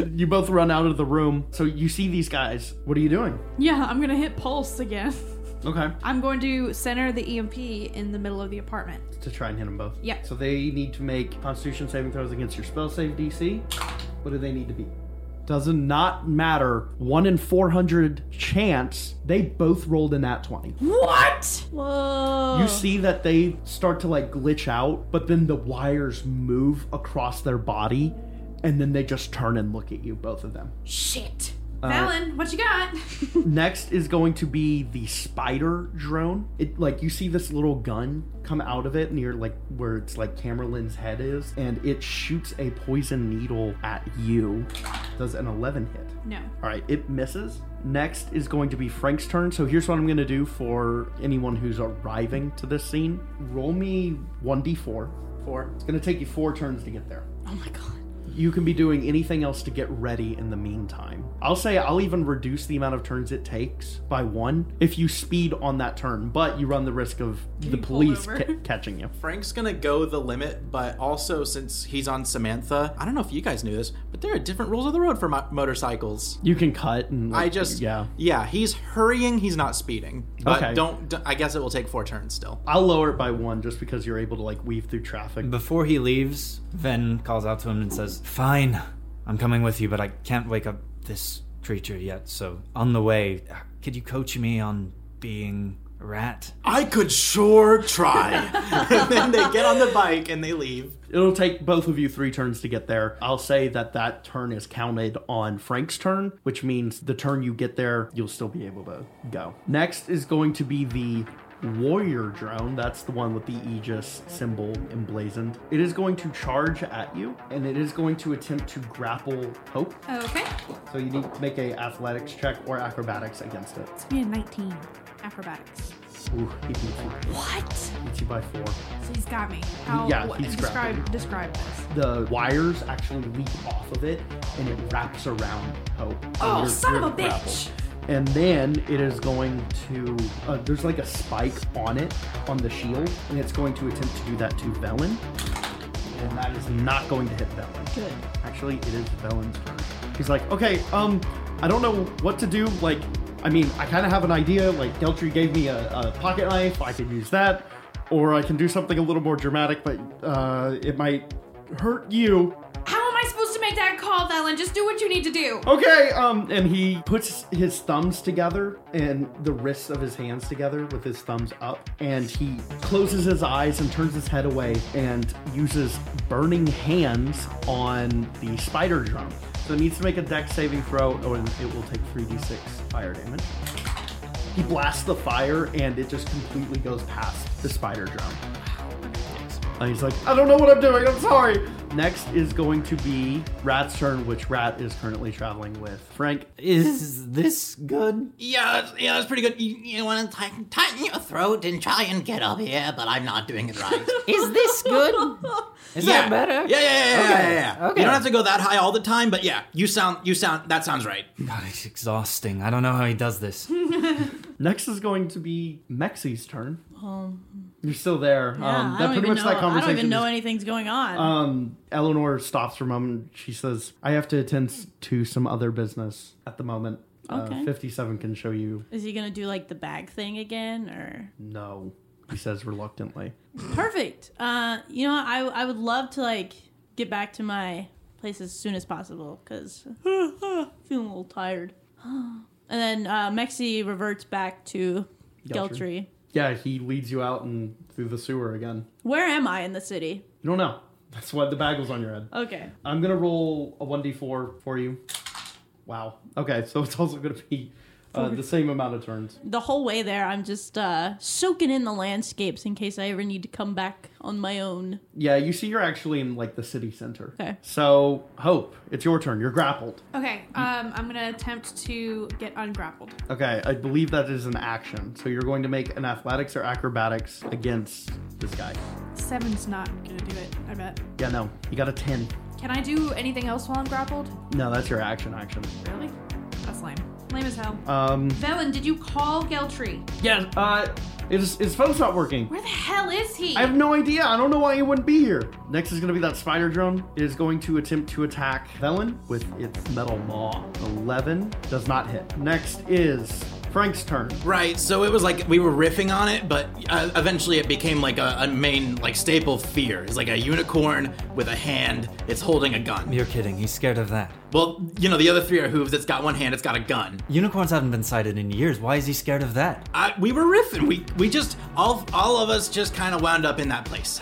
Speaker 2: you both run out of the room. So you see these guys. What are you doing?
Speaker 3: Yeah, I'm gonna hit pulse again.
Speaker 2: Okay.
Speaker 3: I'm going to center the EMP in the middle of the apartment.
Speaker 2: To try and hit them both.
Speaker 3: Yeah.
Speaker 2: So they need to make Constitution saving throws against your spell save DC. What do they need to be? Doesn't not matter. One in four hundred chance they both rolled a nat twenty.
Speaker 3: What?
Speaker 4: Whoa.
Speaker 2: You see that they start to like glitch out, but then the wires move across their body, and then they just turn and look at you, both of them.
Speaker 3: Shit.
Speaker 2: Uh,
Speaker 3: Valen, what you got?
Speaker 2: Next is going to be the spider drone. It like you see this little gun come out of it near like where it's like Camerlin's head is, and it shoots a poison needle at you. Does an eleven hit?
Speaker 3: no.
Speaker 2: All right, it misses. Next is going to be Frank's turn. So here's what I'm going to do for anyone who's arriving to this scene. Roll me 1d4.
Speaker 5: Four.
Speaker 2: It's going to take you four turns to get there.
Speaker 4: Oh my god.
Speaker 2: You can be doing anything else to get ready in the meantime. I'll say I'll even reduce the amount of turns it takes by one if you speed on that turn, but you run the risk of the police
Speaker 3: over.
Speaker 2: ca- catching you.
Speaker 5: Frank's gonna go the limit, but also since he's on Samantha, I don't know if you guys knew this, but there are different rules of the road for mo- motorcycles.
Speaker 2: You can cut and
Speaker 5: I
Speaker 2: like,
Speaker 5: just
Speaker 2: yeah.
Speaker 5: he's hurrying, he's not speeding. But
Speaker 2: Okay.
Speaker 5: don't d- I guess it will take four turns still.
Speaker 2: I'll lower it by one just because you're able to like weave through traffic.
Speaker 11: Before he leaves, Ven calls out to him and says, Fine, I'm coming with you, but I can't wake up this creature yet, so on the way, could you coach me on being a rat?
Speaker 5: I could sure try. and then they get on the bike and they leave.
Speaker 2: It'll take both of you three turns to get there. I'll say that that turn is counted on Frank's turn, which means the turn you get there, you'll still be able to go. Next is going to be the warrior drone. That's the one with the Aegis symbol emblazoned. It is going to charge at you, and it is going to attempt to grapple Hope.
Speaker 3: Okay.
Speaker 2: So you need to make a athletics check or acrobatics against it.
Speaker 3: It's me at 19. Acrobatics.
Speaker 2: Ooh, he beats you.
Speaker 3: What? So
Speaker 2: Beats you by four.
Speaker 3: he's got me. How?
Speaker 2: Yeah,
Speaker 3: what-
Speaker 2: he's grabbing.
Speaker 3: describe describe this.
Speaker 2: the wires actually leap off of it and it wraps around Hope. So
Speaker 3: Oh, son of a bitch.
Speaker 2: grappled. And then it is going to, uh, there's like a spike on it, on the shield, and it's going to attempt to do that to Velen. And that is not going to hit Velen.
Speaker 4: Good.
Speaker 2: Actually, it is Velen's turn. He's like, okay, um, I don't know what to do. Like, I mean, I kind of have an idea. Like, Deltry gave me a, a pocket knife. I could use that, or I can do something a little more dramatic, but uh, it might hurt you.
Speaker 3: How am I supposed to make that call, Valen? Just do what you need to do.
Speaker 2: Okay, um, and he puts his thumbs together and the wrists of his hands together with his thumbs up, and he closes his eyes and turns his head away and uses burning hands on the spider drum. So it needs to make a deck saving throw, oh, and it will take 3d6 fire damage. He blasts the fire, and it just completely goes past the spider drum. And he's like, I don't know what I'm doing. I'm sorry. Next is going to be Rat's turn, which Rat is currently traveling with Frank.
Speaker 7: Is this good?
Speaker 10: Yeah, that's, yeah, that's pretty good. You, you want to tighten your throat and try and get up here, but I'm not doing it right.
Speaker 7: Is this good? Is
Speaker 5: yeah.
Speaker 7: that better?
Speaker 5: Yeah, yeah, yeah, yeah,
Speaker 7: Okay.
Speaker 5: yeah, yeah.
Speaker 7: Okay.
Speaker 5: You don't have to go that high all the time, but yeah, you sound you sound that sounds right.
Speaker 11: God, it's exhausting. I don't know how he does this.
Speaker 7: Hmm.
Speaker 2: Next is going to be Mexi's turn. You're still there.
Speaker 4: Um, Yeah,
Speaker 2: um,
Speaker 4: I,
Speaker 2: that
Speaker 4: don't
Speaker 2: pretty
Speaker 4: even
Speaker 2: much
Speaker 4: know,
Speaker 2: that conversation.
Speaker 4: I don't even know
Speaker 2: is-
Speaker 4: anything's going on.
Speaker 2: um, Eleanor stops for a moment. She says, I have to attend s- to some other business at the moment. Uh,
Speaker 4: Okay.
Speaker 2: 57 can show you
Speaker 4: Is he gonna do like the bag thing again or
Speaker 2: no, he says reluctantly.
Speaker 4: perfect? Uh, you know, I I would love to like get back to my place as soon as possible because feeling a little tired. And then uh, Mexi reverts back to
Speaker 2: Geltry.
Speaker 4: Geltry.
Speaker 2: Yeah, he leads you out and through the sewer again.
Speaker 4: Where am I in the city?
Speaker 2: You don't know. That's why the bag was on your head.
Speaker 4: Okay.
Speaker 2: I'm gonna roll a one d four for you. Wow. Okay, so it's also gonna be uh, the same amount of turns.
Speaker 4: The whole way there, I'm just uh, soaking in the landscapes in case I ever need to come back on my own.
Speaker 2: Yeah, you see, you're actually in like the city center.
Speaker 4: Okay.
Speaker 2: So Hope, it's your turn. You're grappled.
Speaker 3: Okay, um, I'm gonna attempt to get ungrappled.
Speaker 2: Okay, I believe that is an action. So you're going to make an athletics or acrobatics against this guy.
Speaker 3: Seven's not gonna do it. I bet.
Speaker 2: Yeah, no, you got a ten.
Speaker 3: Can I do anything else while I'm grappled?
Speaker 2: No, that's your action. Action.
Speaker 3: Really? That's lame. Lame as hell.
Speaker 2: Um.
Speaker 3: Velen, did you call Geltry?
Speaker 2: Yes. Uh. It's, his phone's not working.
Speaker 6: Where the hell is he?
Speaker 2: I have no idea. I don't know why he wouldn't be here. Next is going to be that spider drone. It is going to attempt to attack Velen with its metal maw. 11 does not hit. Next is Frank's turn.
Speaker 5: Right, so it was like we were riffing on it, but uh, eventually it became like a, a main like staple fear. It's like a unicorn with a hand. It's holding a gun.
Speaker 11: You're kidding. He's scared of that.
Speaker 5: Well, you know the other three are hooves. It's got one hand. It's got a gun.
Speaker 11: Unicorns haven't been sighted in years. Why is he scared of that?
Speaker 5: I, we were riffing. We we just all all of us just kind of wound up in that place.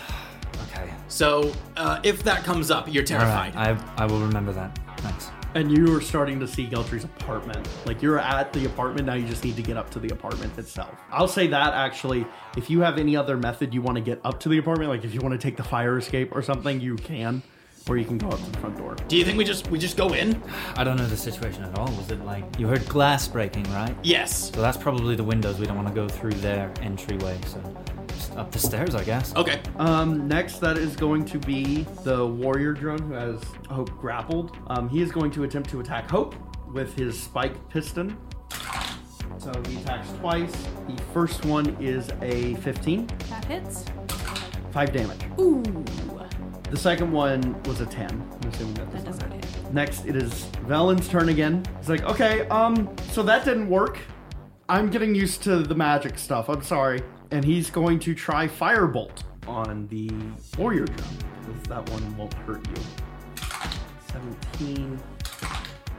Speaker 11: Okay.
Speaker 5: So uh, if that comes up, you're
Speaker 11: All right.
Speaker 5: terrified.
Speaker 11: I, I will remember that. Thanks.
Speaker 2: And you are starting to see Geltry's apartment. Like you're at the apartment now, you just need to get up to the apartment itself. I'll say that actually, if you have any other method you want to get up to the apartment, like if you want to take the fire escape or something, you can, or you can go up to the front door.
Speaker 5: Do you think we just we just go in?
Speaker 11: I don't know the situation at all. Was it like you heard glass breaking, right?
Speaker 5: Yes.
Speaker 11: So that's probably the windows. We don't want to go through their entryway. So just up the stairs, I guess.
Speaker 7: Oh.
Speaker 5: Okay.
Speaker 2: Um, next, that is going to be the warrior drone who has Hope grappled. Um, he is going to attempt to attack Hope with his spike piston. So he attacks twice. The first one is a 15,
Speaker 6: That hits.
Speaker 2: 5 damage.
Speaker 6: Ooh.
Speaker 2: The second one was a 10. I'm assuming that
Speaker 6: That
Speaker 2: doesn't
Speaker 6: doesn't hit.
Speaker 2: Next, it is Valen's turn again. He's like, okay, um, so that didn't work. I'm getting used to the magic stuff. I'm sorry. And he's going to try Firebolt on the warrior drum. Because that one won't hurt you. 17.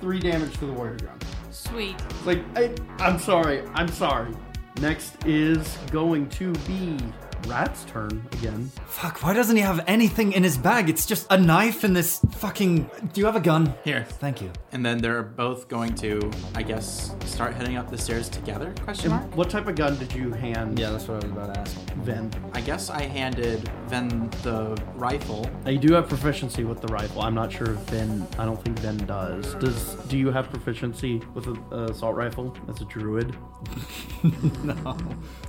Speaker 2: Three damage to the warrior drum.
Speaker 6: Sweet.
Speaker 2: It's Like, I, I'm sorry. I'm sorry. Next is going to be Rat's turn again.
Speaker 11: Fuck, why doesn't he have anything in his bag? It's just a knife and this fucking. Do you have a gun?
Speaker 5: Here.
Speaker 11: Thank you.
Speaker 5: And then they're both going to, I guess, start heading up the stairs together? Question mark.
Speaker 2: What type of gun did you hand
Speaker 11: that's what I was about to ask.
Speaker 2: Ven?
Speaker 5: I guess I handed Ven the rifle.
Speaker 2: Now, Uh, you do have proficiency with the rifle. I'm not sure if Ven. I don't think Ven does. Does do you have proficiency with an assault rifle as a druid?
Speaker 11: no.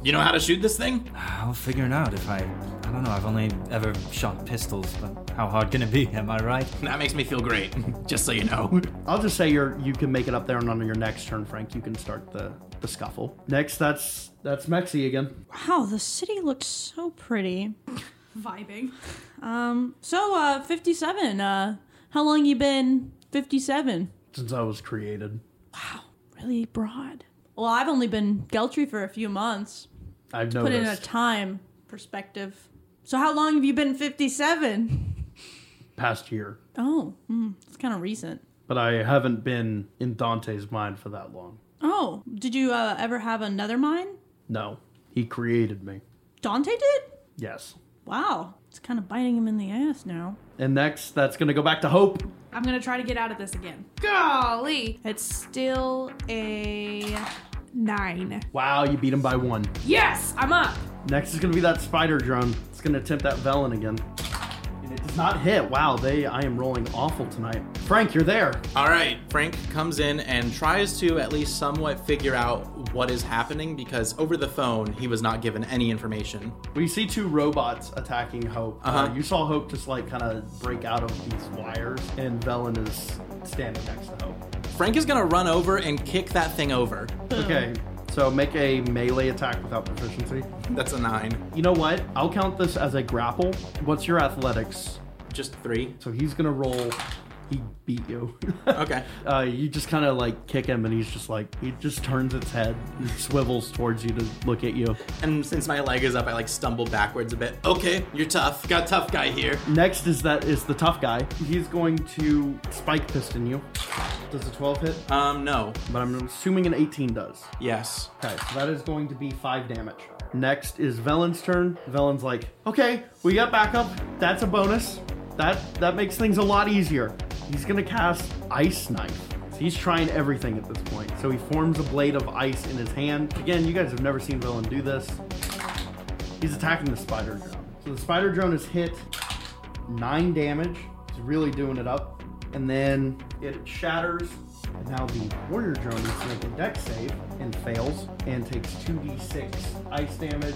Speaker 5: You know how to shoot this thing?
Speaker 11: I'll figure it out if I. I don't know, I've only ever shot pistols, but how hard can it be? Am I right?
Speaker 5: That makes me feel great. Just so you know.
Speaker 2: I'll just say you're you can make it up there, and on your next turn, Frank, you can start the the scuffle. Next, that's that's Mexi again.
Speaker 4: Wow, the city looks so pretty.
Speaker 3: Vibing.
Speaker 4: Um, so uh, fifty-seven. Uh, how long you been fifty-seven?
Speaker 2: Since I was created,
Speaker 4: Really broad. Well, I've only been Geltry for a few months.
Speaker 2: I've
Speaker 4: Put in a
Speaker 2: noticed
Speaker 4: time perspective. So how long have you been fifty-seven?
Speaker 2: past year,
Speaker 4: Oh, hmm, it's kind of recent.
Speaker 2: but I haven't been in Dante's mind for that long.
Speaker 4: Oh, did you uh, ever have another mind?
Speaker 2: No, he created me.
Speaker 4: Dante did.
Speaker 2: Yes.
Speaker 4: Wow, it's kind of biting him in the ass now.
Speaker 2: And next, that's gonna go back to Hope.
Speaker 3: I'm gonna try to get out of this again.
Speaker 6: Golly.
Speaker 3: It's still a nine.
Speaker 2: Wow, you beat him by one.
Speaker 3: Yes, I'm up.
Speaker 2: Next is gonna be that spider drone. It's gonna attempt that Velen again. And it does not hit. Wow, they I am rolling awful tonight. Frank, you're there.
Speaker 5: All right, Frank comes in and tries to at least somewhat figure out what is happening because over the phone he was not given any information.
Speaker 2: We see two robots attacking Hope. uh
Speaker 5: Uh-huh.
Speaker 2: you saw Hope just like kind of break out of these wires, and Velen is standing next to Hope.
Speaker 5: Frank is gonna run over and kick that thing over.
Speaker 2: Okay, so make a melee attack without proficiency.
Speaker 5: That's a nine.
Speaker 2: You know what? I'll count this as a grapple. What's your athletics?
Speaker 5: Just three.
Speaker 2: So he's gonna roll. He beat you.
Speaker 5: Okay.
Speaker 2: Uh, you just kind of like kick him, and he's just like he just turns its head, and swivels towards you to look at you.
Speaker 5: And since my leg is up, I like stumble backwards a bit. Okay, you're tough. Got a tough guy here.
Speaker 2: Next is that is the tough guy. He's going to spike piston you. Does a 12 hit?
Speaker 5: Um, no.
Speaker 2: But I'm assuming an 18 does.
Speaker 5: Yes.
Speaker 2: Okay, so that is going to be five damage. Next is Velen's turn. Velen's like, okay, we got backup. That's a bonus. That that makes things a lot easier. He's gonna cast Ice Knife. So he's trying everything at this point. So he forms a blade of ice in his hand. Again, you guys have never seen Velen do this. He's attacking the spider drone. So the spider drone is hit nine damage. He's really doing it up. And then it shatters. And now the warrior drone needs to make a deck save and fails and takes 2d6 ice damage.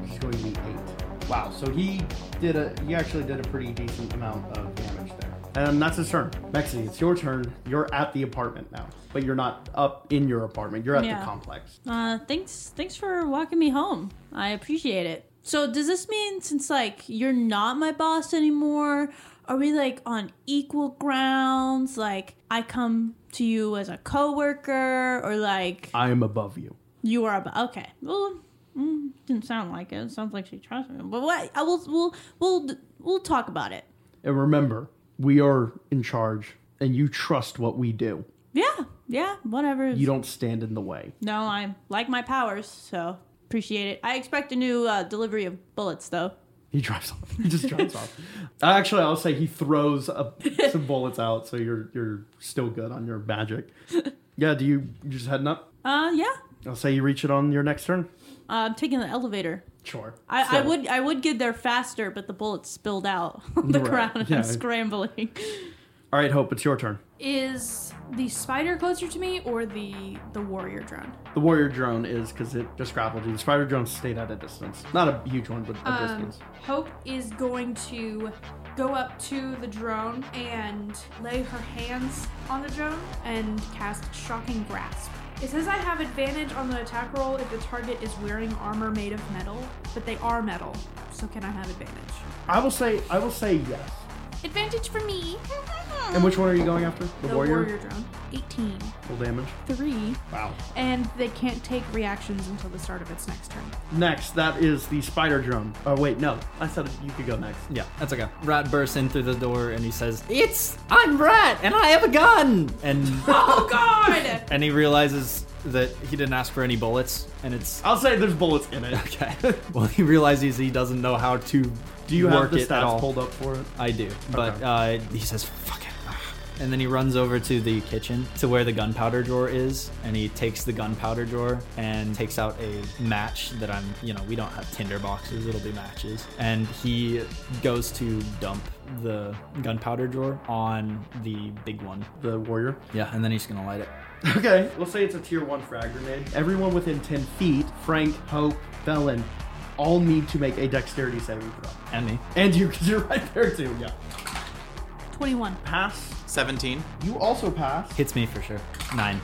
Speaker 2: Which is going to be eight. Wow, so he did a he actually did a pretty decent amount of damage there. And that's his turn. Mexi, it's your turn. You're at the apartment now, but you're not up in your apartment. You're at
Speaker 4: Yeah.
Speaker 2: the complex.
Speaker 4: Uh, thanks, thanks for walking me home. I appreciate it. So, does this mean since like you're not my boss anymore, are we like on equal grounds? Like I come to you as a coworker, or like
Speaker 2: I am above you.
Speaker 4: you are about okay? Well, mm, didn't sound like it. It sounds like she trusts me. But what? I will. We'll we'll we'll talk about it.
Speaker 2: And remember, we are in charge, and you trust what we do.
Speaker 4: Yeah, yeah, whatever.
Speaker 2: You don't stand in the way.
Speaker 4: No, I like my powers, so appreciate it. I expect a new uh, delivery of bullets, though.
Speaker 2: He drives off. He just drives off. Actually, I'll say he throws a, some bullets out, so you're you're still good on your magic. Yeah. Do you you just heading up?
Speaker 4: Uh, yeah,
Speaker 2: I'll say you reach it on your next turn.
Speaker 4: uh, I'm taking the elevator.
Speaker 2: Sure.
Speaker 4: I, I
Speaker 2: So-
Speaker 4: would I would get there faster, but the bullets spilled out on the
Speaker 2: Right,
Speaker 4: ground and
Speaker 2: yeah.
Speaker 4: I'm scrambling.
Speaker 2: All right, Hope. It's your turn.
Speaker 3: Is the spider closer to me or the the warrior drone?
Speaker 2: The warrior drone is because it just grappled you. The spider drone stayed at a distance, not a huge one, but a
Speaker 3: Um,
Speaker 2: distance.
Speaker 3: Hope is going to go up to the drone and lay her hands on the drone and cast Shocking Grasp. It says I have advantage on the attack roll if the target is wearing armor made of metal, but they are metal, so can I have advantage?
Speaker 2: I will say, I will say yes.
Speaker 3: Advantage for me.
Speaker 2: And which one are you going after? The,
Speaker 3: The warrior,
Speaker 2: warrior.
Speaker 3: drone. 18.
Speaker 2: Full damage.
Speaker 3: 3.
Speaker 2: Wow.
Speaker 3: And they can't take reactions until the start of its next turn.
Speaker 2: Next, that is the spider drone. Oh wait, no. I said you could go next.
Speaker 7: Yeah, that's okay. Rat bursts in through the door and he says, "It's I'm Rat and I have a gun." And oh god! and he realizes that he didn't ask for any bullets, and it's
Speaker 2: I'll say there's bullets in it.
Speaker 7: okay. well, he realizes he doesn't know how to
Speaker 2: Do you have
Speaker 7: work
Speaker 2: the
Speaker 7: it
Speaker 2: stats
Speaker 7: at all.
Speaker 2: pulled up for it?
Speaker 7: I do, but uh, he says, "Fuck it." And then he runs over to the kitchen to where the gunpowder drawer is, and he takes the gunpowder drawer and takes out a match that I'm, you know, we don't have tinder boxes, it'll be matches. And he goes to dump the gunpowder drawer on the big one.
Speaker 2: The warrior.
Speaker 7: Yeah, and then he's gonna light it.
Speaker 2: Okay. We'll say it's a tier one frag grenade. Everyone within ten feet, Frank, Hope, Felon, all need to make a dexterity saving throw.
Speaker 7: And me.
Speaker 2: And you, because you're right there too. Yeah.
Speaker 3: 21.
Speaker 2: Pass.
Speaker 5: 17.
Speaker 2: You also pass.
Speaker 7: Hits me for sure. Nine.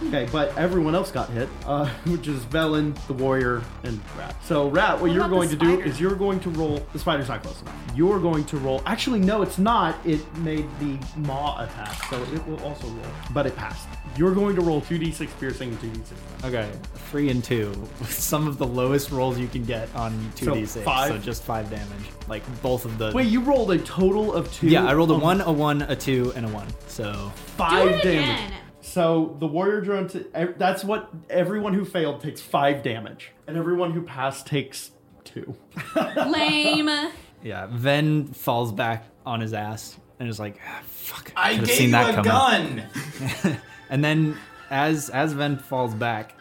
Speaker 2: Okay, but everyone else got hit, uh, which is Velen, the warrior, and Rat. So Rat, what, you're
Speaker 3: about
Speaker 2: going to
Speaker 3: the
Speaker 2: do
Speaker 3: spider?
Speaker 2: is you're going to roll. The spider's not close enough. You're going to roll. Actually, no, it's not. It made the maw attack, so it will also roll, but it passed. You're going to roll 2d6 piercing and 2d6.
Speaker 7: Okay, three and two. Some of the lowest rolls you can get on 2d6.
Speaker 2: So five?
Speaker 7: so just five damage. Like both of the.
Speaker 2: Wait, you rolled a total of two.
Speaker 7: Yeah, I rolled a
Speaker 5: Oh.
Speaker 2: of
Speaker 7: one, a one, a two, and a one. So
Speaker 2: Five damage. So the warrior drone. T- ev- that's what everyone who failed takes five damage, and everyone who passed takes two.
Speaker 3: Lame.
Speaker 7: yeah, Ven falls back on his ass and is like, "Ah, "Fuck,
Speaker 5: I
Speaker 7: could've
Speaker 5: gave you a gun.
Speaker 7: And then as as Ven falls back,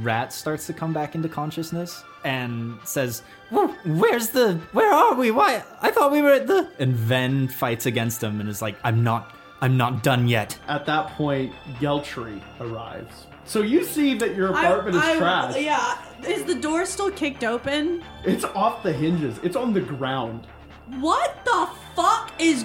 Speaker 7: Rat starts to come back into consciousness and says, "Wh- "Where's the? Where are we? Why? I thought we were at the." And Ven fights against him and is like, "I'm not. I'm not done yet."
Speaker 2: At that point, Geltry arrives. So you see that your apartment is trash.
Speaker 4: Yeah, is the door still kicked open?
Speaker 2: It's off the hinges. It's on the ground.
Speaker 4: What the fuck is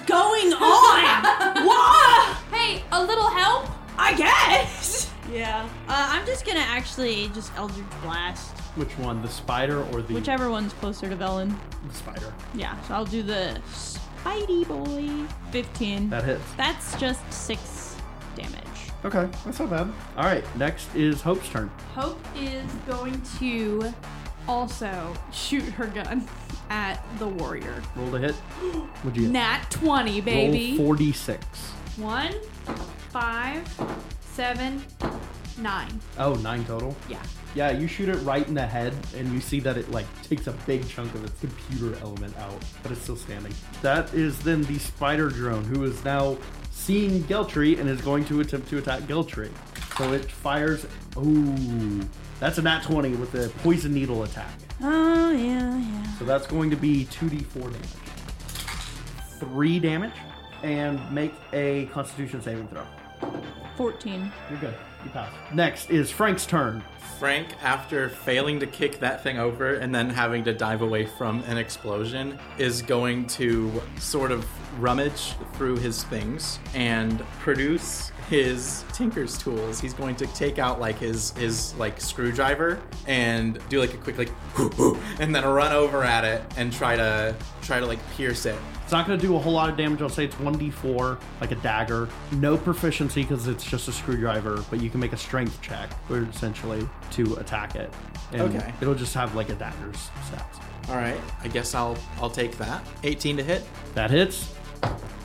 Speaker 4: going on? what?
Speaker 9: Hey, a little help?
Speaker 4: I guess. Yeah. Uh, I'm just gonna actually just Eldritch Blast,
Speaker 2: Which one, the spider or the,
Speaker 4: whichever one's closer to Velen.
Speaker 2: the spider?
Speaker 4: Yeah, so I'll do the Spidey Boy. 15.
Speaker 2: That hits.
Speaker 4: That's just six damage.
Speaker 2: Okay, that's not bad. All right, next is Hope's turn.
Speaker 3: Hope is going to also shoot her gun at the warrior.
Speaker 2: Roll to hit. What'd you get?
Speaker 3: Nat 20, baby.
Speaker 2: Roll 46.
Speaker 3: One, five, seven, nine.
Speaker 2: Oh, nine total.
Speaker 3: Yeah.
Speaker 2: Yeah, you shoot it right in the head, and you see that it like takes a big chunk of its computer element out, but it's still standing. That is then the spider drone, who is now seeing Geltry and is going to attempt to attack Geltry. So it fires. Ooh, that's a nat 20 with the poison needle attack.
Speaker 4: Oh, yeah, yeah.
Speaker 2: So that's going to be 2d4 damage, three damage, and make a Constitution saving throw.
Speaker 4: 14.
Speaker 2: You're good. You pass. Next is Frank's turn.
Speaker 5: Frank, after failing to kick that thing over and then having to dive away from an explosion, is going to sort of rummage through his things and produce his tinker's tools. He's going to take out like his his like screwdriver and do like a quick like and then run over at it and try to try to like pierce it.
Speaker 2: It's not going to do a whole lot of damage. I'll say it's 1d4, like a dagger. No proficiency because it's just a screwdriver, but you can make a strength check, or essentially, to attack it. And
Speaker 5: Okay.
Speaker 2: It'll just have like a dagger's set.
Speaker 5: All right, I guess I'll I'll take that. 18 to hit,
Speaker 2: That hits.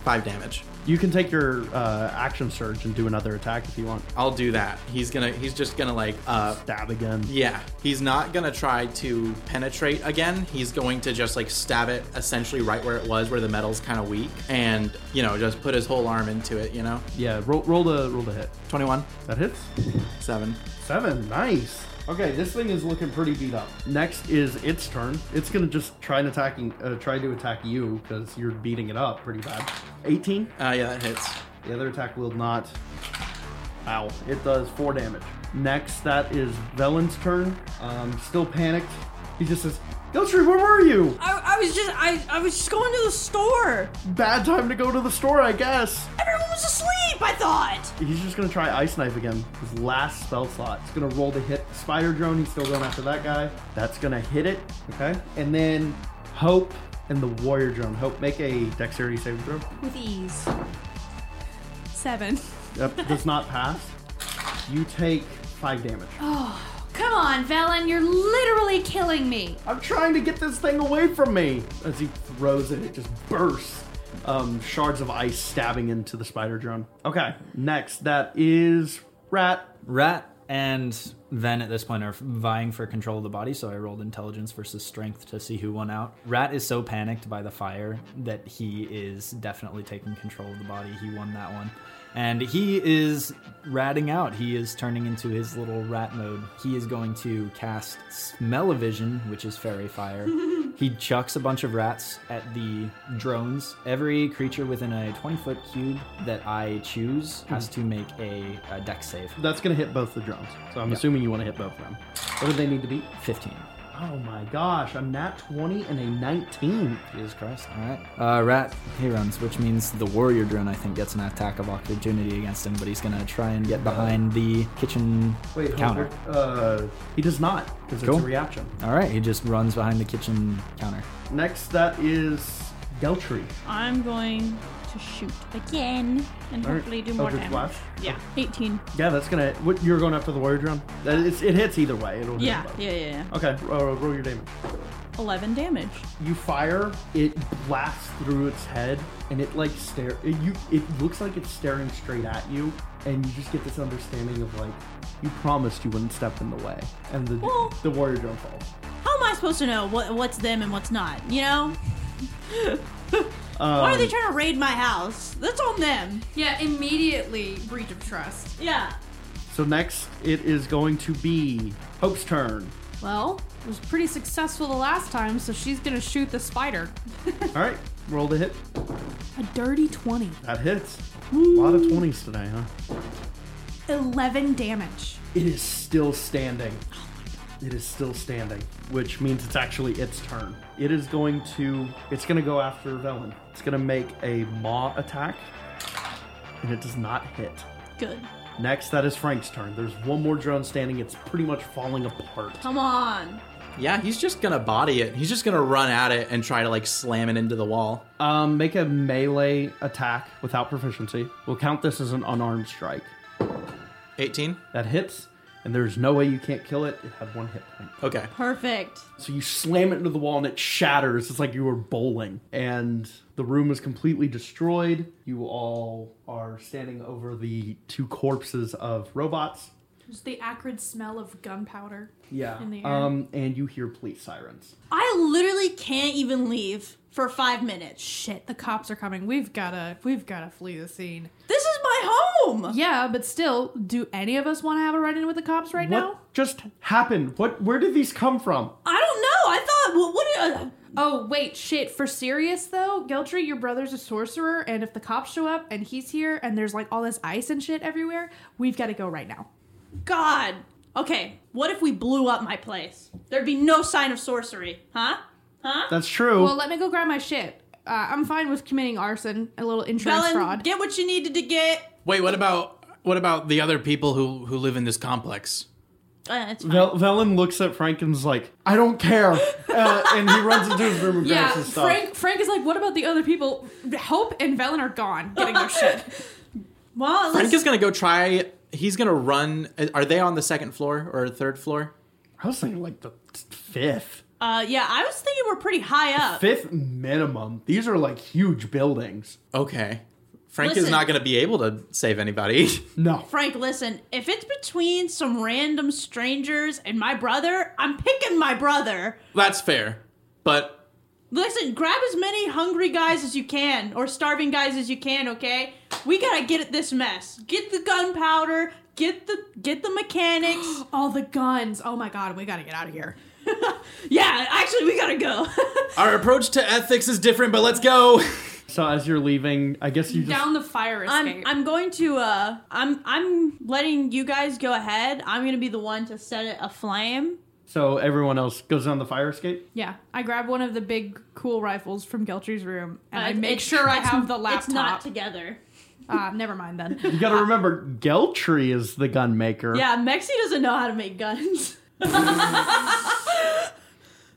Speaker 5: 5 damage.
Speaker 2: You can take your uh, action surge and do another attack if you want.
Speaker 5: I'll do that. He's going to he's just going to like uh
Speaker 2: Stab again.
Speaker 5: Yeah, he's not gonna try to penetrate again. He's going to just like stab it essentially right where it was, where the metal's kind of weak, and you know, just put his whole arm into it. You know,
Speaker 2: Yeah, roll, roll the roll the hit.
Speaker 5: 21,
Speaker 2: That hits.
Speaker 5: seven.
Speaker 2: Seven, nice. Okay, this thing is looking pretty beat up. Next is its turn. It's gonna just try and attacking, uh, try to attack you because you're beating it up pretty bad. 18.
Speaker 5: Uh, yeah, that hits.
Speaker 2: The other attack will not. Ow! It does four damage. Next, that is Velen's turn. Um, still panicked. He just says, "Giltree, where were you?
Speaker 4: I, I was just I, I was just going to the store.
Speaker 2: Bad time to go to the store, I guess."
Speaker 4: Everyone was asleep, I thought.
Speaker 2: He's just gonna try Ice Knife again. His last spell slot. He's gonna roll to hit Spider Drone. He's still going after that guy. That's gonna hit it. Okay. And then Hope and the Warrior Drone. Hope, make a Dexterity saving throw.
Speaker 6: With ease. Seven.
Speaker 2: Yep, does not pass. You take five damage.
Speaker 6: Come on, Valen, you're literally killing me.
Speaker 2: I'm trying to get this thing away from me. As he throws it, it just bursts. Um, shards of ice stabbing into the Spider Drone. Okay. Next, that is Rat.
Speaker 7: Rat and Ven at this point are vying for control of the body, so I rolled intelligence versus strength to see who won out. Rat is so panicked by the fire that he is definitely taking control of the body. He won that one. And he is ratting out. He is turning into his little rat mode. He is going to cast Smell-O-Vision, which is fairy fire. he chucks a bunch of rats at the drones. Every creature within a 20-foot cube that I choose has to make a, a deck save.
Speaker 2: That's going to hit both the drones. So I'm assuming you want to hit both of them. What do they need to beat?
Speaker 7: 15.
Speaker 2: Oh my gosh, I'm nat 20 and a 19.
Speaker 7: Jesus Christ. All right. Uh, Rat, he runs, which means the warrior drone, I think, gets an attack of opportunity against him, but he's going to try and get behind the kitchen
Speaker 2: Wait,
Speaker 7: counter.
Speaker 2: Uh, he does not, because
Speaker 7: Cool.
Speaker 2: it's a reaction.
Speaker 7: All right. He just runs behind the kitchen counter.
Speaker 2: Next, that is Geltree.
Speaker 4: I'm going to shoot again and hopefully do more
Speaker 2: Eldritch
Speaker 4: damage.
Speaker 2: Blast.
Speaker 4: Yeah, 18.
Speaker 2: Yeah, that's going to. What You're going after the warrior drone? That is, it hits either way. It'll hit
Speaker 4: Yeah,
Speaker 2: both.
Speaker 4: yeah, yeah, yeah.
Speaker 2: Okay, uh, roll, roll your damage.
Speaker 4: 11 damage.
Speaker 2: You fire, it blasts through its head, and it like stare. It, you, it looks like it's staring straight at you, and you just get this understanding of like, you promised you wouldn't step in the way, and the
Speaker 4: Well-
Speaker 2: the warrior drone falls.
Speaker 4: How am I supposed to know what what's them and what's not? You know?
Speaker 2: Um,
Speaker 4: Why are they trying to raid my house? That's on them.
Speaker 3: Yeah, immediately breach of trust.
Speaker 4: Yeah.
Speaker 2: so next, it is going to be Hope's turn.
Speaker 3: Well, it was pretty successful the last time, so she's gonna shoot the spider.
Speaker 2: All right, roll to hit.
Speaker 3: A dirty 20.
Speaker 2: That hits. A lot of twenties today, huh?
Speaker 3: 11 damage.
Speaker 2: It is still standing. It is still standing, which means it's actually its turn. It is going to. It's going to go after Velen. It's going to make a maw attack, and it does not hit.
Speaker 4: Good.
Speaker 2: Next, that is Frank's turn. There's one more drone standing. It's pretty much falling apart.
Speaker 4: Come on.
Speaker 5: Yeah, he's just gonna body it. He's just gonna run at it and try to like slam it into the wall.
Speaker 2: Um, make a melee attack without proficiency. We'll count this as an unarmed strike.
Speaker 5: 18.
Speaker 2: That hits, and there's no way you can't kill it. It had one hit point.
Speaker 5: Okay.
Speaker 4: Perfect.
Speaker 2: So you slam it into the wall and it shatters. It's like you were bowling. And the room is completely destroyed. You all are standing over the two corpses of robots.
Speaker 3: Just the acrid smell of gunpowder.
Speaker 2: Yeah.
Speaker 3: In the air.
Speaker 2: Um, and you hear police sirens.
Speaker 4: I literally can't even leave for five minutes. Shit.
Speaker 3: The cops are coming. We've gotta, we've gotta flee the scene.
Speaker 4: This is my home.
Speaker 3: Yeah, but still, do any of us want to have a run-in with the cops right
Speaker 2: What
Speaker 3: now?
Speaker 2: just happened? What? Where did these come from?
Speaker 4: I don't know. I thought, what, what uh,
Speaker 3: Oh wait, shit. For serious though, Geltry, your brother's a sorcerer, and if the cops show up and he's here, and there's like all this ice and shit everywhere, we've got to go right now.
Speaker 4: God. Okay, what if we blew up my place? There'd be no sign of sorcery, huh? Huh?
Speaker 2: That's true.
Speaker 3: Uh, Well, let me go grab my shit. Uh, I'm fine with committing arson, a little insurance
Speaker 4: Velen,
Speaker 3: fraud.
Speaker 4: get what you needed to get.
Speaker 5: Wait, what about what about the other people who who live in this complex?
Speaker 4: Uh, it's fine.
Speaker 2: Vel- Velen looks at Frank and's like, I don't care. Uh, and he runs into his room and
Speaker 3: yeah,
Speaker 2: grabs his stuff.
Speaker 3: Frank. Frank is like, what about the other people? Hope and Velen are gone, getting their shit.
Speaker 4: well, at
Speaker 5: Frank
Speaker 4: least
Speaker 5: is gonna go try. He's gonna run. Are they on the second floor or third floor?
Speaker 2: I was thinking like the fifth.
Speaker 4: uh, yeah, I was thinking we're pretty high
Speaker 3: Uh,
Speaker 4: up.
Speaker 2: Fifth minimum. These are like huge buildings.
Speaker 5: Okay. Frank is
Speaker 4: Listen.
Speaker 5: not gonna be able to save anybody.
Speaker 2: No.
Speaker 4: Frank, listen, if it's between some random strangers and my brother, I'm picking my brother.
Speaker 5: That's fair. But
Speaker 4: Listen, grab as many hungry guys as you can, or starving guys as you can, okay? We gotta get at this mess. Get the gunpowder, get the get the mechanics.
Speaker 3: All the guns. Oh my god, we gotta get out of here.
Speaker 4: yeah, actually we gotta go.
Speaker 5: our approach to ethics is different. But let's go.
Speaker 2: So as you're leaving, I guess you just
Speaker 3: Down the fire escape.
Speaker 4: I'm I'm going to uh I'm I'm letting you guys go ahead. I'm gonna be the one to set it aflame.
Speaker 2: so everyone else goes down the fire escape.
Speaker 3: yeah, I grab one of the big cool rifles from Geltry's room and
Speaker 4: Uh,
Speaker 3: I make
Speaker 4: it's-
Speaker 3: sure I
Speaker 4: it's-
Speaker 3: have the laptop.
Speaker 4: It's not together.
Speaker 3: Ah, never mind then.
Speaker 2: You gotta remember, Geltry is the gun maker.
Speaker 4: Yeah, Mexi doesn't know how to make guns.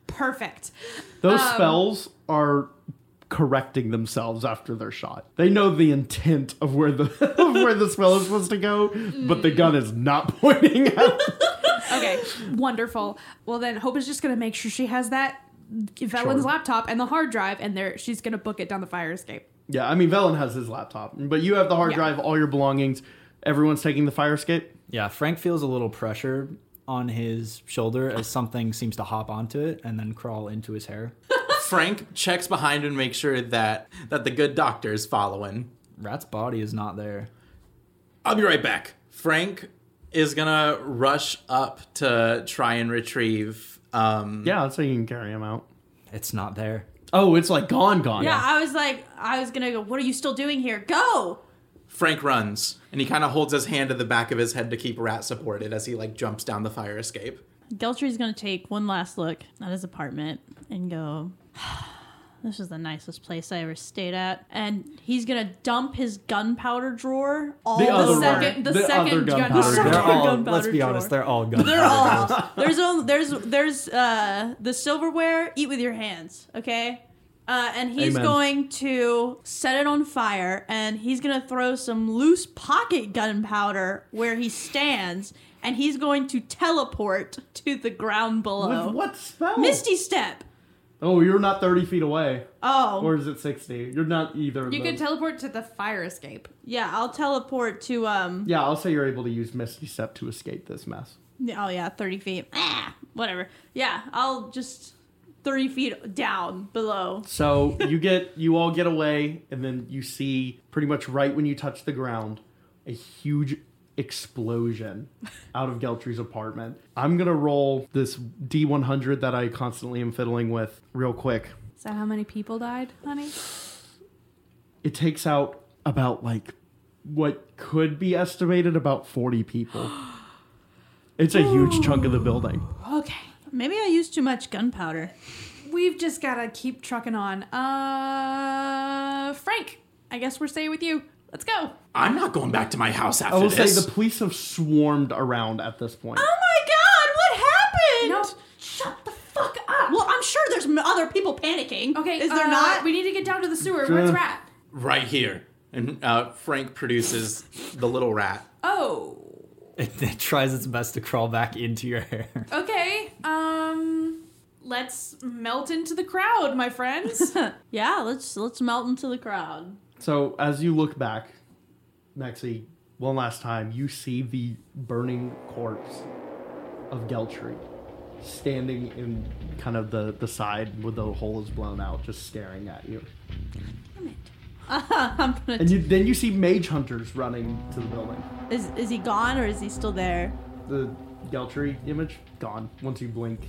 Speaker 3: Perfect.
Speaker 2: Those spells are correcting themselves after they're shot. They know the intent of where the of where the spell is supposed to go, but the gun is not pointing at
Speaker 3: Okay, wonderful. Well then, Hope is just gonna make sure she has that Velen's
Speaker 2: Sure.
Speaker 3: laptop and the hard drive, and there she's gonna book it down the fire escape.
Speaker 2: Yeah, I mean Velen has his laptop, but you have the hard
Speaker 3: Yeah.
Speaker 2: drive, all your belongings. Everyone's taking the fire escape.
Speaker 7: Yeah, Frank feels a little pressure on his shoulder as something seems to hop onto it and then crawl into his hair.
Speaker 5: Frank checks behind and makes sure that that the good doctor is following.
Speaker 7: Rat's body is not there.
Speaker 5: I'll be right back. Frank is gonna rush up to try and retrieve. Um,
Speaker 2: Yeah, that's how you can carry him out.
Speaker 7: It's not there.
Speaker 2: Oh, it's like gone, gone.
Speaker 4: Yeah, I was like, I was gonna go. What are you still doing here? Go!
Speaker 5: Frank runs and he kind of holds his hand to the back of his head to keep Rat supported as he like jumps down the fire escape.
Speaker 4: Geltry's gonna take one last look at his apartment and go. This is the nicest place I ever stayed at, and he's gonna dump his gunpowder drawer all
Speaker 2: The other
Speaker 4: the
Speaker 2: one.
Speaker 4: second.
Speaker 3: the
Speaker 2: The
Speaker 3: second
Speaker 2: other
Speaker 3: gun-
Speaker 2: gunpowder
Speaker 3: the
Speaker 2: drawer.
Speaker 7: They're
Speaker 4: Gunpowder
Speaker 7: all, let's be
Speaker 4: drawer.
Speaker 7: honest, they're all gone.
Speaker 4: They're all there's only there's there's uh the silverware. Eat with your hands, okay? Uh, and he's
Speaker 2: Amen.
Speaker 4: going to set it on fire, and he's gonna throw some loose pocket gunpowder where he stands, and he's going to teleport to the ground below.
Speaker 2: With what spell?
Speaker 4: Misty Step.
Speaker 2: Oh, you're not 30 feet away.
Speaker 4: Oh,
Speaker 2: Or is it 60? You're not either. of
Speaker 3: You could
Speaker 2: those.
Speaker 3: teleport to the fire escape.
Speaker 4: yeah, I'll teleport to um.
Speaker 2: Yeah, I'll say you're able to use Misty Step to escape this mess.
Speaker 4: Oh yeah, thirty feet. Ah, whatever. Yeah, I'll just thirty feet down below.
Speaker 2: So you get, you all get away, and then you see pretty much right when you touch the ground, a huge explosion out of Geltry's apartment. I'm gonna roll this D100 that I constantly am fiddling with real quick.
Speaker 3: Is that how many people died, honey?
Speaker 2: It takes out about like what could be estimated about 40 people. It's a huge chunk of the building.
Speaker 3: Okay.
Speaker 4: Maybe I used too much gunpowder.
Speaker 3: We've just gotta keep trucking on. Um, Uh, Frank, I guess we're staying with you. Let's
Speaker 4: Oh
Speaker 3: go.
Speaker 5: I'm not going back to my house after
Speaker 2: I will Oh, say
Speaker 5: this.
Speaker 2: the police have swarmed around at this point.
Speaker 4: Oh my god, what happened?
Speaker 3: No, shut the fuck up.
Speaker 4: Well, I'm sure there's m- other people panicking.
Speaker 3: Okay,
Speaker 4: is there
Speaker 3: uh,
Speaker 4: not?
Speaker 3: We need to get down to the sewer. Where's
Speaker 2: Uh,
Speaker 3: Rat?
Speaker 5: right here. And uh, Frank produces the little rat.
Speaker 3: Oh,
Speaker 7: It, it tries its best to crawl back into your hair.
Speaker 3: okay. Um, let's melt into the crowd, my friends.
Speaker 4: yeah, let's let's melt into the crowd.
Speaker 2: So as you look back, Maxie, one last time, you see the burning corpse of Geltry standing in kind of the, the side with the hole is blown out, just staring at you.
Speaker 4: I'm gonna.
Speaker 2: And you, then you see mage hunters running to the building.
Speaker 4: is is he gone or is he still there?
Speaker 2: The Geltry image gone. Once you blink,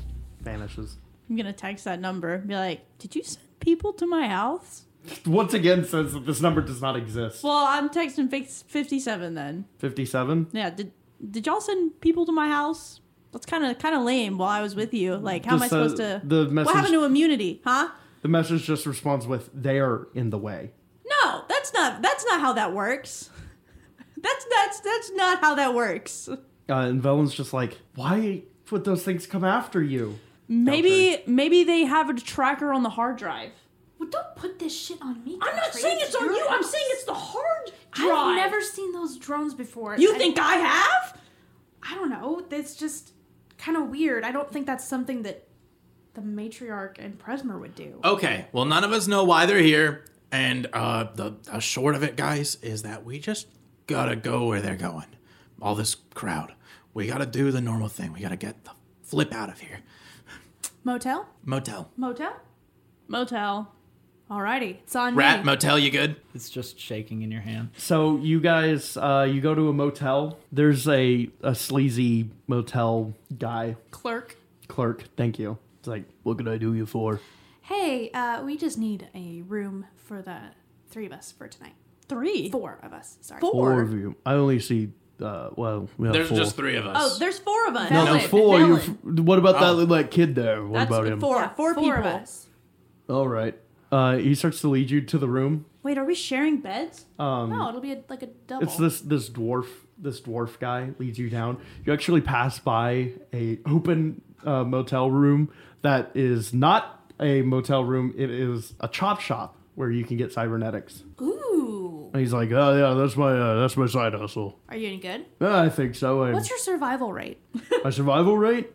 Speaker 2: vanishes.
Speaker 4: I'm gonna text that number and be like, "Did you send people to my house?"
Speaker 2: Once again, says that this number does not exist.
Speaker 4: Well, I'm texting fix- 57 then.
Speaker 2: 57?
Speaker 4: Yeah. Did did y'all send people to my house? That's kind of kind of lame. While I was with you, like, how am I
Speaker 2: Just, uh,
Speaker 4: supposed to?
Speaker 2: the
Speaker 4: what
Speaker 2: message-
Speaker 4: happened to immunity? Huh?
Speaker 2: The message just responds with, they're in the way.
Speaker 4: No, that's not that's not how that works. That's that's that's not how that works.
Speaker 2: Uh, and Velen's just like, why would those things come after you?
Speaker 4: Maybe maybe they have a tracker on the hard drive.
Speaker 6: Well, don't put this shit on me.
Speaker 4: I'm not
Speaker 6: Trace.
Speaker 4: saying it's on
Speaker 6: You're
Speaker 4: you. I'm
Speaker 6: awesome.
Speaker 4: saying it's the hard drive.
Speaker 6: I've never seen those drones before.
Speaker 4: You
Speaker 6: I-
Speaker 4: think I have?
Speaker 6: I don't know. That's just kind of weird. I don't think that's something that the matriarch and Presmer would do.
Speaker 5: Okay, well, none of us know why they're here, and uh, the, the short of it, guys, is that we just gotta go where they're going. All this crowd, we gotta do the normal thing. We gotta get the flip out of here.
Speaker 6: Motel?
Speaker 5: Motel,
Speaker 6: Motel?
Speaker 4: Motel.
Speaker 6: Alrighty. It's on
Speaker 5: rat
Speaker 6: me.
Speaker 5: motel, you good?
Speaker 7: It's just shaking in your hand.
Speaker 2: So you guys, uh, you go to a motel. There's a, a sleazy motel guy,
Speaker 6: Clerk.
Speaker 2: clerk, thank you. It's like, what could I do you for?
Speaker 6: Hey, uh, we just need a room for the three of us for tonight.
Speaker 4: Three.
Speaker 6: Four of us. Sorry.
Speaker 2: Four,
Speaker 4: Four.
Speaker 2: of you. I only see, uh, well, we have
Speaker 5: There's
Speaker 2: four.
Speaker 5: just three of us.
Speaker 4: Oh, there's four of us.
Speaker 2: No,
Speaker 6: Velen.
Speaker 2: there's four.
Speaker 4: Velen.
Speaker 2: You, f- what about
Speaker 5: Oh.
Speaker 2: that little like, kid there? What
Speaker 4: That's
Speaker 2: about him?
Speaker 4: four.
Speaker 6: Yeah,
Speaker 4: four
Speaker 6: four of
Speaker 4: people.
Speaker 6: us.
Speaker 2: All right. Uh, he starts to lead you to the room.
Speaker 4: Wait, are we sharing beds?
Speaker 2: Um,
Speaker 6: No, it'll be a, like a double.
Speaker 2: It's this this dwarf this dwarf guy leads you down. You actually pass by a open uh, motel room that is not a motel room. It is a chop shop where you can get cybernetics.
Speaker 6: Ooh.
Speaker 2: And he's like, oh yeah, that's my uh, that's my side hustle.
Speaker 6: Are you any good?
Speaker 2: Yeah, I think so. And
Speaker 6: What's your survival rate? Mm-hmm.
Speaker 2: my survival rate.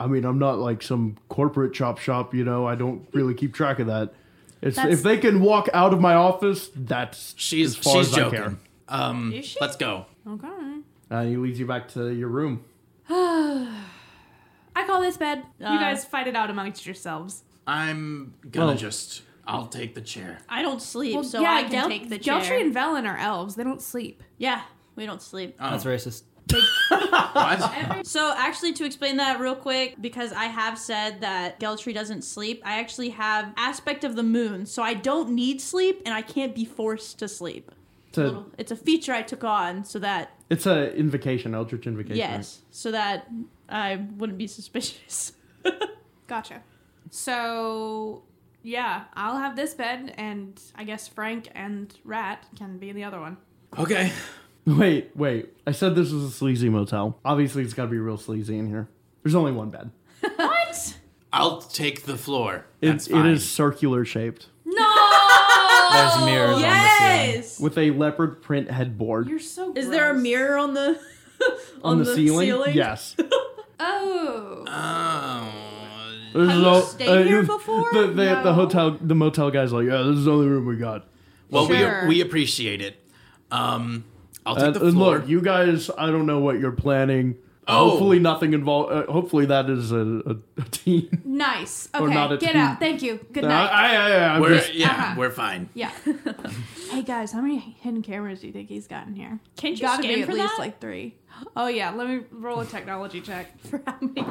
Speaker 2: I mean, I'm not like some corporate chop shop. You know, I don't really keep track of that. It's,
Speaker 6: That's-
Speaker 2: if they can walk out of my office, that's
Speaker 5: she's
Speaker 2: as far
Speaker 5: she's
Speaker 2: as I care.
Speaker 5: joking. Um, let's go.
Speaker 6: Okay.
Speaker 2: Uh, he leads you back to your room.
Speaker 6: I call this bed.
Speaker 3: you guys fight it out amongst yourselves.
Speaker 5: I'm gonna
Speaker 2: Well-
Speaker 5: just. I'll take the chair.
Speaker 4: I don't sleep,
Speaker 6: Well,
Speaker 4: so
Speaker 6: yeah,
Speaker 4: I can
Speaker 6: Gel-
Speaker 4: take the chair.
Speaker 6: Geltry and Velen are elves. They don't sleep.
Speaker 4: yeah, we don't sleep.
Speaker 5: Oh,
Speaker 7: That's racist.
Speaker 5: what?
Speaker 4: So, actually, to explain that real quick, because I have said that Geltry doesn't sleep, I actually have aspect of the moon, so I don't need sleep and I can't be forced to sleep.
Speaker 2: To
Speaker 4: It's a feature I took on so that,
Speaker 2: It's a invocation, Eldritch invocation.
Speaker 4: yes, so that I wouldn't be suspicious.
Speaker 6: Gotcha.
Speaker 3: So, yeah, I'll have this bed, and I guess Frank and Rat can be in the other one.
Speaker 5: Okay.
Speaker 2: Wait, wait. I said this was a sleazy motel. Obviously, it's got to be real sleazy in here. There's only one bed.
Speaker 5: I'll take the floor. That's
Speaker 2: It, it
Speaker 5: fine.
Speaker 2: is circular shaped
Speaker 11: There's mirrors on the ceiling.
Speaker 4: yes!
Speaker 2: with a leopard print headboard
Speaker 6: You're so
Speaker 4: Is there a
Speaker 6: gross.
Speaker 4: mirror on the on,
Speaker 2: on, the, ceiling. Yes.
Speaker 6: Oh.
Speaker 5: Oh,
Speaker 2: This
Speaker 4: Have
Speaker 2: is
Speaker 4: you
Speaker 2: all-
Speaker 4: stayed here before?
Speaker 2: uh, The, the,
Speaker 6: No.
Speaker 2: the hotel, the motel guy's like, yeah, this is the only room we got.
Speaker 5: Well,
Speaker 6: Sure.
Speaker 5: we we appreciate it. Um, I'll take
Speaker 2: And,
Speaker 5: the
Speaker 2: and
Speaker 5: floor.
Speaker 2: Uh, look, you guys, I don't know what you're planning.
Speaker 5: Oh.
Speaker 2: Hopefully, nothing involved. Uh, hopefully, that is a, a, a team.
Speaker 6: Nice.
Speaker 2: Or
Speaker 6: Okay,
Speaker 2: not a
Speaker 6: get
Speaker 2: team.
Speaker 6: out. Thank you. Good
Speaker 2: I,
Speaker 6: night.
Speaker 2: I, I, I'm
Speaker 5: we're
Speaker 2: just-
Speaker 5: yeah,
Speaker 6: Uh-huh.
Speaker 5: we're fine.
Speaker 6: yeah.
Speaker 3: Hey guys, how many hidden cameras do you think he's got in here?
Speaker 4: Can't you
Speaker 6: Gotta
Speaker 4: scan
Speaker 6: be at
Speaker 4: for
Speaker 6: least
Speaker 4: that?
Speaker 6: like three.
Speaker 3: Oh yeah, let me roll a technology check.